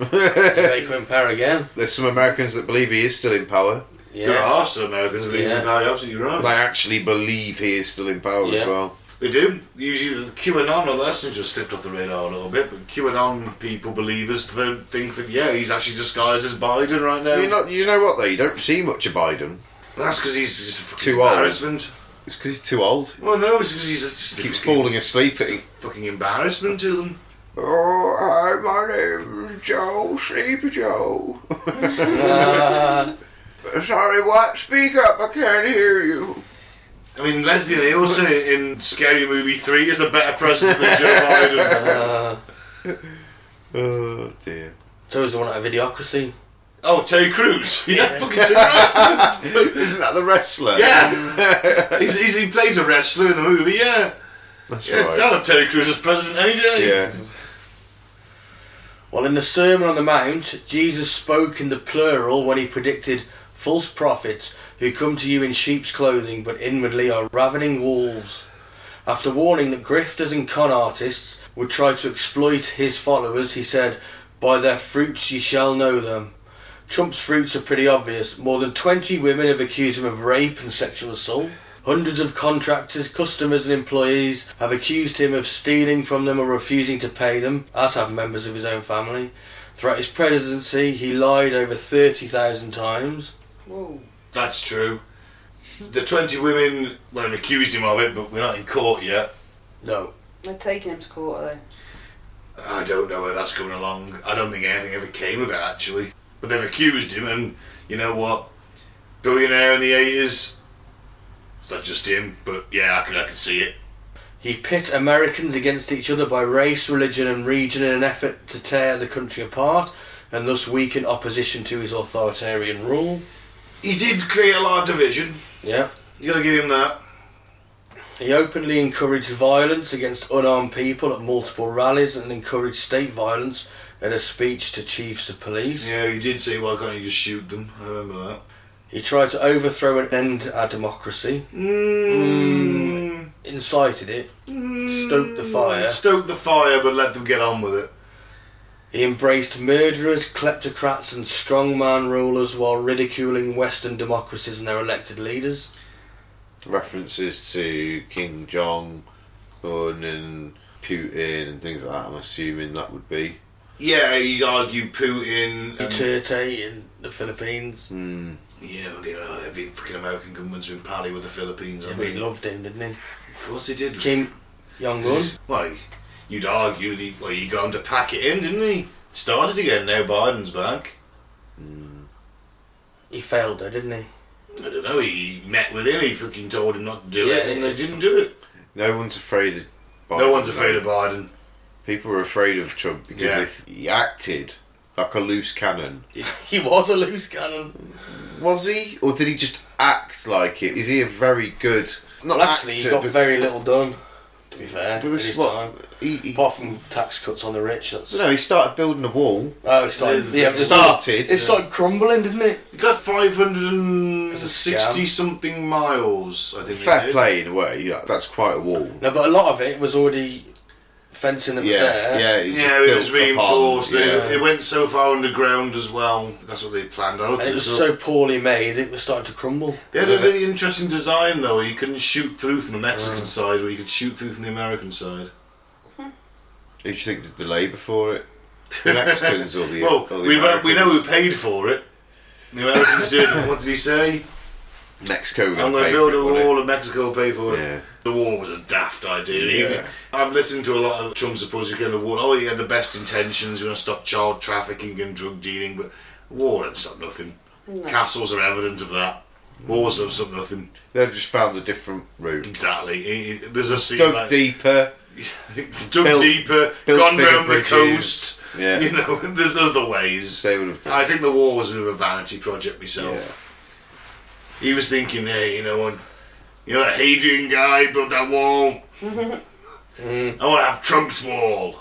B: You make him in power again.
D: There's some Americans that believe he is still in power.
A: There
B: Yeah.
A: are some Americans who believe he's in
B: Yeah.
A: power, you're absolutely right.
D: They actually believe he is still in power as
B: Yeah.
D: well.
A: they do. Usually the QAnon, although that's just slipped off the radar a little bit, but QAnon people, believers, th- think that, yeah, he's actually disguised as Biden right now.
D: You know, you know what though? You don't see much of Biden.
A: that's because he's just a fucking
D: Too old.
A: embarrassment.
D: It's because he's too old.
A: Well, no, it's because he's a, just a
D: He keeps
A: fucking-
D: falling asleep. At
A: fucking embarrassment to them.
D: Oh, hi, my name's Joe, Sleepy Joe.
B: Uh,
D: Sorry, what? Speak up, I can't hear you.
A: I mean, Leslie Nielsen in, in Scary Movie 3 is a better president than Joe Biden.
B: uh,
D: Oh, dear.
B: so is the one out of Idiocracy.
A: Oh, Terry Crews. Yeah, fucking Terry Crews.
D: Isn't that the wrestler?
A: Yeah, he's, he's, he plays a wrestler in the movie. Yeah,
D: That's
A: yeah.
D: right.
A: Tell him Terry Crews is president any day.
D: Yeah.
B: Well, in the Sermon on the Mount, Jesus spoke in the plural when he predicted false prophets who come to you in sheep's clothing but inwardly are ravening wolves. After warning that grifters and con artists would try to exploit his followers, he said, By their fruits ye shall know them. Trump's fruits are pretty obvious. More than 20 women have accused him of rape and sexual assault. Hundreds of contractors, customers, and employees have accused him of stealing from them or refusing to pay them, as have members of his own family. Throughout his presidency, he lied over 30,000 times.
C: Whoa.
A: that's true. The twenty women well, have accused him of it, but we're not in court yet.
B: No.
C: They're taking him to court, are they?
A: I don't know where that's coming along. I don't think anything ever came of it actually. But they've accused him, and you know what? Billionaire in the eighties. It's not just him, but yeah, I can I can see it.
B: He pit Americans against each other by race, religion, and region in an effort to tear the country apart and thus weaken opposition to his authoritarian rule.
A: He did create a lot of division.
B: Yeah.
A: You gotta give him that.
B: He openly encouraged violence against unarmed people at multiple rallies and encouraged state violence at a speech to chiefs of police.
A: Yeah, he did say, "Why can't you just shoot them?" I remember that.
B: He tried to overthrow and end our democracy,
A: Mm.
B: incited it, stoked the fire.
A: Stoke the fire, but let them get on with it.
B: He embraced murderers, kleptocrats, and strongman rulers while ridiculing Western democracies and their elected leaders.
D: References to King Jong Un and Putin and things like that, I'm assuming that would be.
A: Yeah, he'd argue Putin. and-
B: Duterte in the Philippines.
A: Mm.
D: Hmm.
A: yeah, well, yeah, every fucking American government's been pally with the Philippines. I
B: Yeah,
A: mean,
B: he loved him, didn't
A: of course they did.
B: he? Kim Jong Un.
A: Well, he- you'd argue that he, well, he got him to pack it in, didn't he? Started again. Now Biden's back.
B: He failed her, didn't he?
A: I don't know. He met with him. He fucking told him not to do it,
B: Yeah,
A: and
B: yeah.
A: they didn't do it.
D: No one's afraid of Biden.
A: no one's
D: though.
A: afraid of Biden.
D: People are afraid of Trump because
A: Yeah.
D: they th- he acted like a loose cannon.
B: He was a loose cannon.
D: Was he, or did he just act like it? Is he a very good? Not
B: Well, actually, he
D: actor,
B: got
D: but-
B: very little done. To be fair,
D: But this
B: in
D: is
B: his
D: what
B: time.
D: he, he,
B: Apart from tax cuts on the rich, that's
D: no, he started building a wall.
B: oh, it started.
A: It
B: Yeah, it
D: started.
B: It started crumbling, didn't it?
A: It got
B: It's a
A: 560
B: scam.
A: something miles, I think. they
D: Fair
A: did.
D: play in a way. Yeah, that's quite a wall.
B: No, but a lot of it was already fencing that was
D: Yeah,
B: there.
D: yeah. it's just
A: Yeah, it
D: built
A: was
D: upon,
A: reinforced. It-
D: yeah.
A: It, went so far underground as well. That's what they planned. I don't
B: And it
A: think
B: was
A: so.
B: so poorly made, it was starting to crumble.
A: They had a really interesting design though. Where you couldn't shoot through from the Mexican
D: Mm.
A: side, where you could shoot through from the American side.
D: Who do you think did the labour for it? The Mexicans or the
A: Well,
D: or the
A: we, know, we know who
D: Americans?
A: paid for it. The Americans did. What did he say?
D: Mexico.
A: I'm going to build a wall, and Mexico will pay for it.
D: Yeah.
A: The war was a daft idea.
D: Yeah.
A: I've listened to a lot of Trump supporters again. The war, oh, he had the best intentions. We're going to stop child trafficking and drug dealing, but war had stopped nothing. Castles are evidence of that. Wars have stopped nothing.
D: They've just found a different route.
A: Exactly. It- it- there's a scene
D: Dug
A: like-
D: deeper.
A: It's dug
D: Built-
A: deeper,
D: built
A: gone
D: bigger
A: round the
D: bridges.
A: coast.
D: Yeah.
A: You know, there's other ways.
D: They would have done.
A: I think the war was a bit of a vanity project myself. He was thinking, hey, you know, and, you know that Hadrian guy built that wall. I want to have Trump's wall.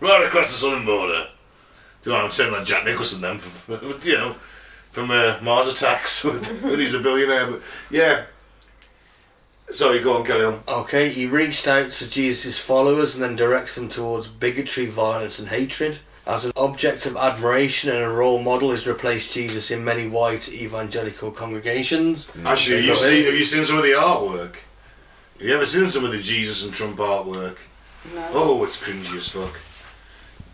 A: right across the southern border. Do you know what I'm saying? Like Jack Nicholson then, for, for- you know, from uh, Mars Attacks when he's a billionaire. But yeah. Sorry, go on, carry on.
B: Okay, he reached out to Jesus' followers and then directs them towards bigotry, violence, and hatred. As an object of admiration and a role model, he's replaced Jesus in many white evangelical congregations.
A: Actually, have you
B: Not
A: seen
B: really.
A: have you seen some of the artwork? Have you ever seen some of the Jesus and Trump artwork?
C: No.
A: Oh, it's cringy as fuck.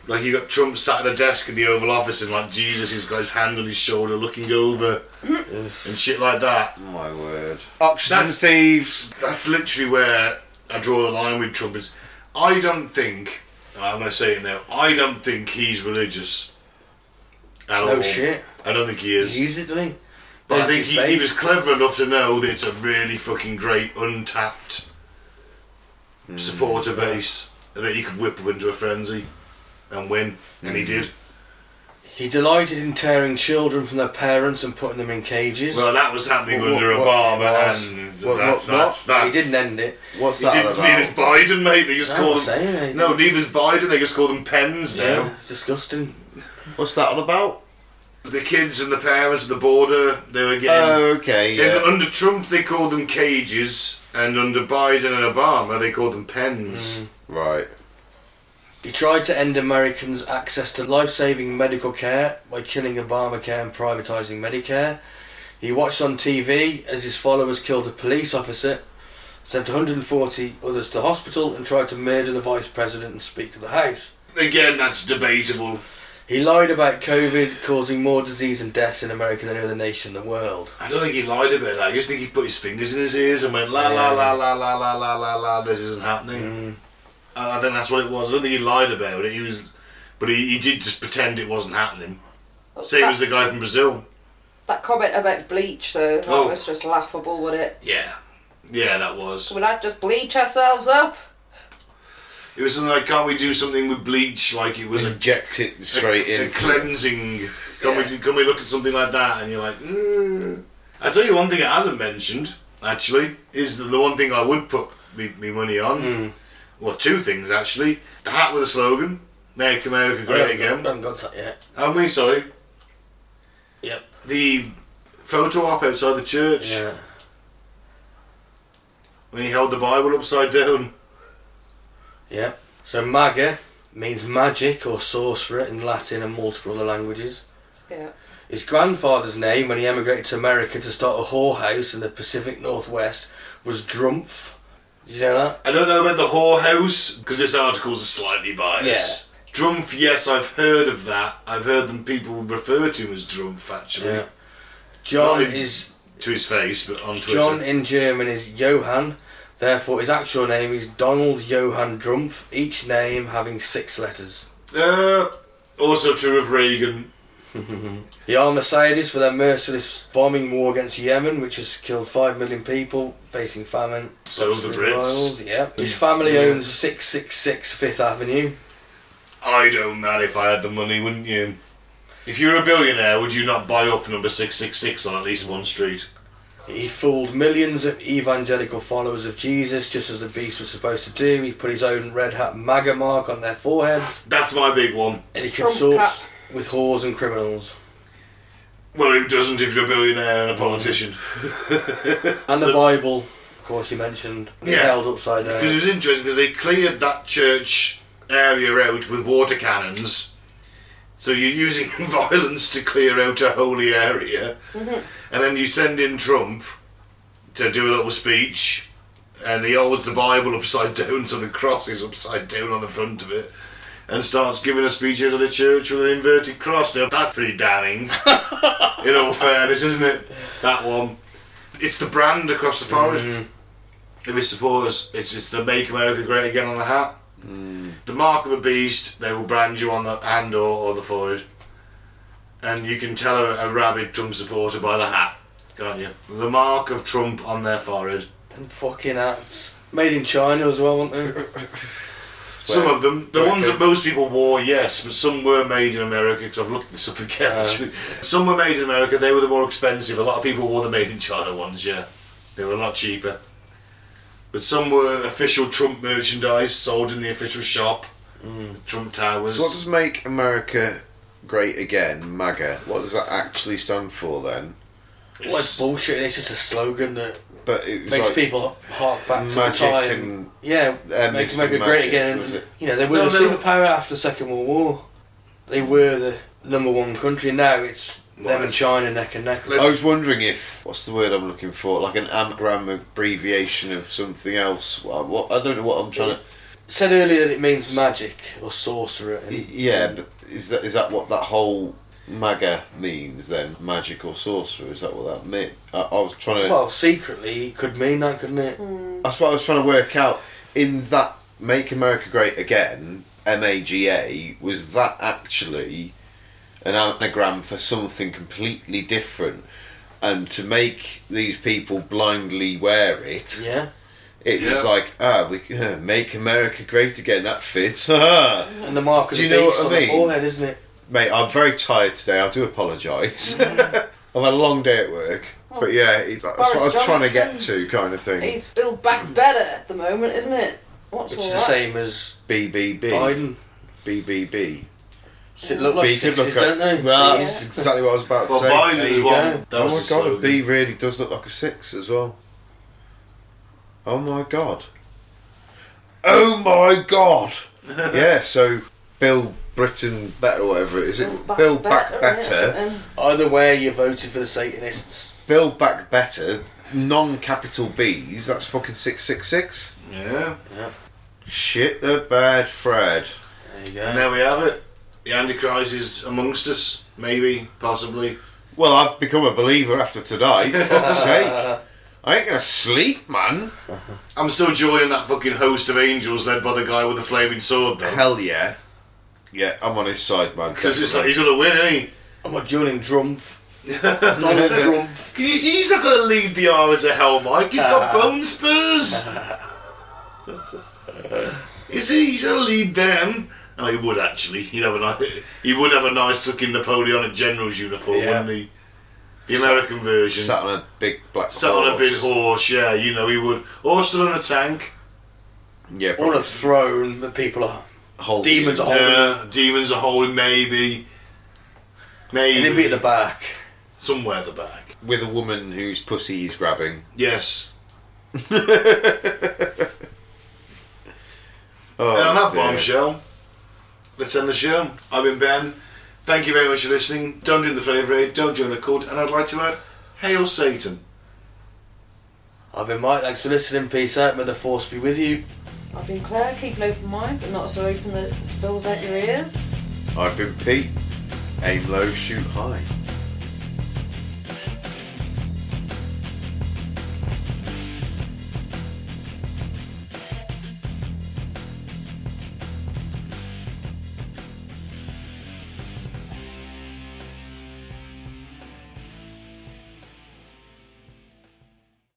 A: Like you got Trump sat at the desk in the Oval Office, and like Jesus, he's got his hand on his shoulder, looking over, and shit like that.
D: My word. Oxygen
A: That's-
D: thieves.
A: That's literally where I draw the line with Trump. Is I don't think uh, I'm going to say it now. I don't think he's religious. At
B: No
A: all.
B: shit.
A: I don't think he is.
B: He's used it, doesn't he?
A: But I
B: There's
A: think
B: his
A: he, he
B: base.
A: was clever enough to know that it's a really fucking great untapped
D: Hmm.
A: supporter base that he could whip up into a frenzy and win, and
D: Hmm.
A: he did.
B: He delighted in tearing children from their parents and putting them in cages.
A: Well, that was happening
D: What-
A: under
D: what-
A: Obama,
D: what-
A: and
D: what-
A: that's,
D: what-
A: that's that's
B: he didn't end it.
D: What's
A: He
D: that
A: didn't.
D: about?
A: Neither's Biden, mate. They just
B: No,
A: call
B: I'm saying
A: them.
B: they
A: No,
B: didn't.
A: neither's Biden. They just call them pens now.
B: Yeah, it's disgusting.
D: What's that all about?
A: The kids and the parents at the border, they were getting.
D: Oh, okay.
A: In-
D: Yeah.
A: under Trump, they called them cages, and under Biden and Obama, they called them
D: Hmm.
A: pens.
D: Right.
B: He tried to end Americans' access to life saving medical care by killing Obamacare and privatising Medicare. He watched on TV as his followers killed a police officer, sent 140 others to hospital, and tried to murder the vice president and Speaker of the House.
A: Again, that's debatable.
B: He lied about COVID causing more disease and deaths in America than any other nation in the world.
A: I don't think he lied about that. I just think he put his fingers in his ears and went la la
B: Yeah.
A: la la la la la la la. This isn't happening. I I think that's what it was. I don't think he lied about it. He was, but he, he did just pretend it wasn't happening. Same
C: that,
A: as the guy from Brazil.
C: that comment about bleach, though, that
A: Oh.
C: was just laughable, would it?
A: Yeah, yeah, that was.
C: Would I just bleach ourselves up?
A: It was something like, can't we do something with bleach? Like it was a,
D: Inject it straight
A: a
D: in.
A: cleansing. Can we do- can we look at something like that? And you're like, mm. I tell you one thing it hasn't mentioned actually is that the one thing I would put me, me money on. Well, two things actually. The hat with a slogan, "Make America
B: I
A: Great
B: haven't got-
A: Again."
B: I haven't got that yet.
A: I mean, sorry,
B: Yep.
A: the photo op outside the church
B: Yeah.
A: when he held the Bible upside down.
B: Yep. So MAGA means magic or sorcerer in Latin and multiple other languages.
C: Yeah.
B: His grandfather's name, when he emigrated to America to start a whorehouse in the Pacific Northwest, was Drumpf. Did you know that?
A: I don't know about the whorehouse because this article's a slightly biased. Drumpf, yes, I've heard of that. I've heard them people refer to him as Drumpf actually.
B: Yeah. John
A: Not in-
B: is
A: To his face, but on Twitter.
B: John in German is Johann. Therefore, his actual name is Donald Johann Drumpf. Each name having six letters.
A: Uh, also true of Reagan.
B: He armed the Saudis for their merciless bombing war against Yemen, which has killed five million people facing famine.
A: So have the
B: Obviously,
A: Brits.
B: royals, Yeah. His family
A: Yeah.
B: owns 666 Fifth Avenue.
A: I'd own that if I had the money, wouldn't you? If you were a billionaire, would you not buy up number 666 on at least one street?
B: He fooled millions of evangelical followers of Jesus just as the beast was supposed to do. He put his own red hat MAGA mark on their foreheads,
A: That's my big one.
B: and he
C: Trump
B: consorts
C: cut.
B: with whores and criminals.
A: Well, who doesn't if you're a billionaire and a politician?
B: And the Bible, of course, you mentioned, he
A: Yeah.
B: held upside down.
A: Because it was interesting because they cleared that church area out with water cannons. So you're using violence to clear out a holy area. And then you send in Trump to do a little speech. And he holds the Bible upside down, so the cross is upside down on the front of it. And starts giving a speech out of the church with an inverted cross. Now, that's pretty damning, in all fairness, isn't it? That one. It's the brand across the forest of his supporters, it's, it's the Make America Great Again on the hat. The mark of the beast, they will brand you on the hand or, or the forehead. And you can tell a, a rabid Trump supporter by the hat, can't you? The mark of Trump on their forehead.
B: And fucking hats. Made in China as well, weren't they?
A: Some
D: Well,
A: of them, the
D: well,
A: ones
D: okay.
A: that most people wore, yes, but some were made in America because I've looked this up again.
B: Uh.
A: actually. some were made in America. They were the more expensive. A lot of people wore the made in China ones. Yeah, they were a lot cheaper. But some were official Trump merchandise sold in the official shop, the Trump Towers.
D: So what does make America great again, MAGA? What does that actually stand for then?
A: It's-
B: Well, it's bullshit. It's just a slogan that
D: But it was
B: makes
D: like,
B: people hark back to the
D: magic
B: time.
D: and-
B: yeah,
D: uh,
B: makes
D: Mr.
B: America
D: Magic,
B: great again.
D: was it?
B: You know, they were
A: No,
B: the
A: no.
B: superpower after the Second World War. They were the number one country. Now it's
A: Well,
B: them and
A: it's-
B: China neck and neck.
A: Let's-
D: I was wondering if what's the word I'm looking for, like an anagram abbreviation of something else. Well, what I don't know what I'm trying to.
B: Said earlier that it means magic or sorcerer. And
D: Y- Yeah, but is that is that what that whole MAGA means then? Magic or sorcerer? Is that what that meant? I, I was trying to.
B: Well, secretly, it could mean that, couldn't it?
D: That's what I was trying to work out. In that Make America Great Again, M A G A, was that actually an anagram for something completely different? And to make these people blindly wear it,
B: Yeah.
D: it was
A: Yeah.
D: like, ah, we uh, make America great again. That fits. Ah.
B: And the mark of the
D: Do you know
B: beast
D: what
B: on
D: I
B: the
D: mean?
B: forehead, isn't it?
D: Mate, I'm very tired today. I do apologise. I've had a long day at work, but yeah, it, that's what I was
C: Mm. Oh. Boris
D: trying to get
C: Johnson.
D: to, kind of thing.
C: He's still back better at the moment, isn't it? What's
B: Which is
C: all
B: the
C: that?
B: same as
D: BBB,
B: Biden.
D: BBB.
B: So it looked like
D: B could
B: sixes,
D: look
B: don't
D: like-
B: they?
D: Well,
B: Yeah.
D: that's exactly what I was about to
A: well,
D: say.
B: there
A: Biden's
B: you
A: one.
B: go.
A: That was the
D: oh my god, a
A: slogan.
D: B really does look like a six as well. Oh my god. Oh my god. yeah, so Bill Britain better, whatever it is. It Bill back better.
C: isn't it?
B: Either way, you voted for the Satanists.
D: Bill back better. Non-capital B's. That's fucking six six six.
A: Yeah.
D: Shit the bad Fred.
B: There you
A: And
B: go.
A: there we have it. The Antichrist is amongst us. Maybe, possibly.
D: Well, I've become a believer after today. Fuck's sake. I ain't gonna sleep, man.
A: I'm still joining that fucking host of angels led by the guy with the flaming sword, though.
D: Hell yeah. Yeah, I'm on his side, man.
A: Because it's like he's gonna win, ain't he?
B: I'm not joining Drumpf. Donald Drumpf.
A: He- He's not going to lead the R as a hell, Mike. He's got bone spurs. Is he? He's going to lead them. Oh, he would actually. He'd have a nice. He would have a nice looking Napoleonic general's uniform,
B: Yeah.
A: wouldn't he? The American version.
D: sat on a big black
A: Sat on a
D: horse.
A: big horse. Yeah, you know he would. Or stood on a tank.
D: Yeah,
B: Or
D: probably
B: a throne that people are.
D: whole
B: demons
D: thing.
B: Holding.
A: Yeah, Uh, demons are holding. Maybe.
B: And he'd
A: Maybe
B: be at the back.
A: somewhere at the back.
D: with a woman whose pussy he's grabbing.
A: Yes.
D: Oh,
A: And on that
D: dear.
A: bombshell, let's end the show. I've been Ben. Thank you very much for listening. Don't join the Flavour Aid, don't join the cult, and I'd like to add, Hail Satan.
B: I've been Mike, thanks for listening. Peace out, may the force be with you.
C: I've been Claire, keep an open mind, but not so open that it spills out your ears.
D: I've been Pete. Aim low, shoot high.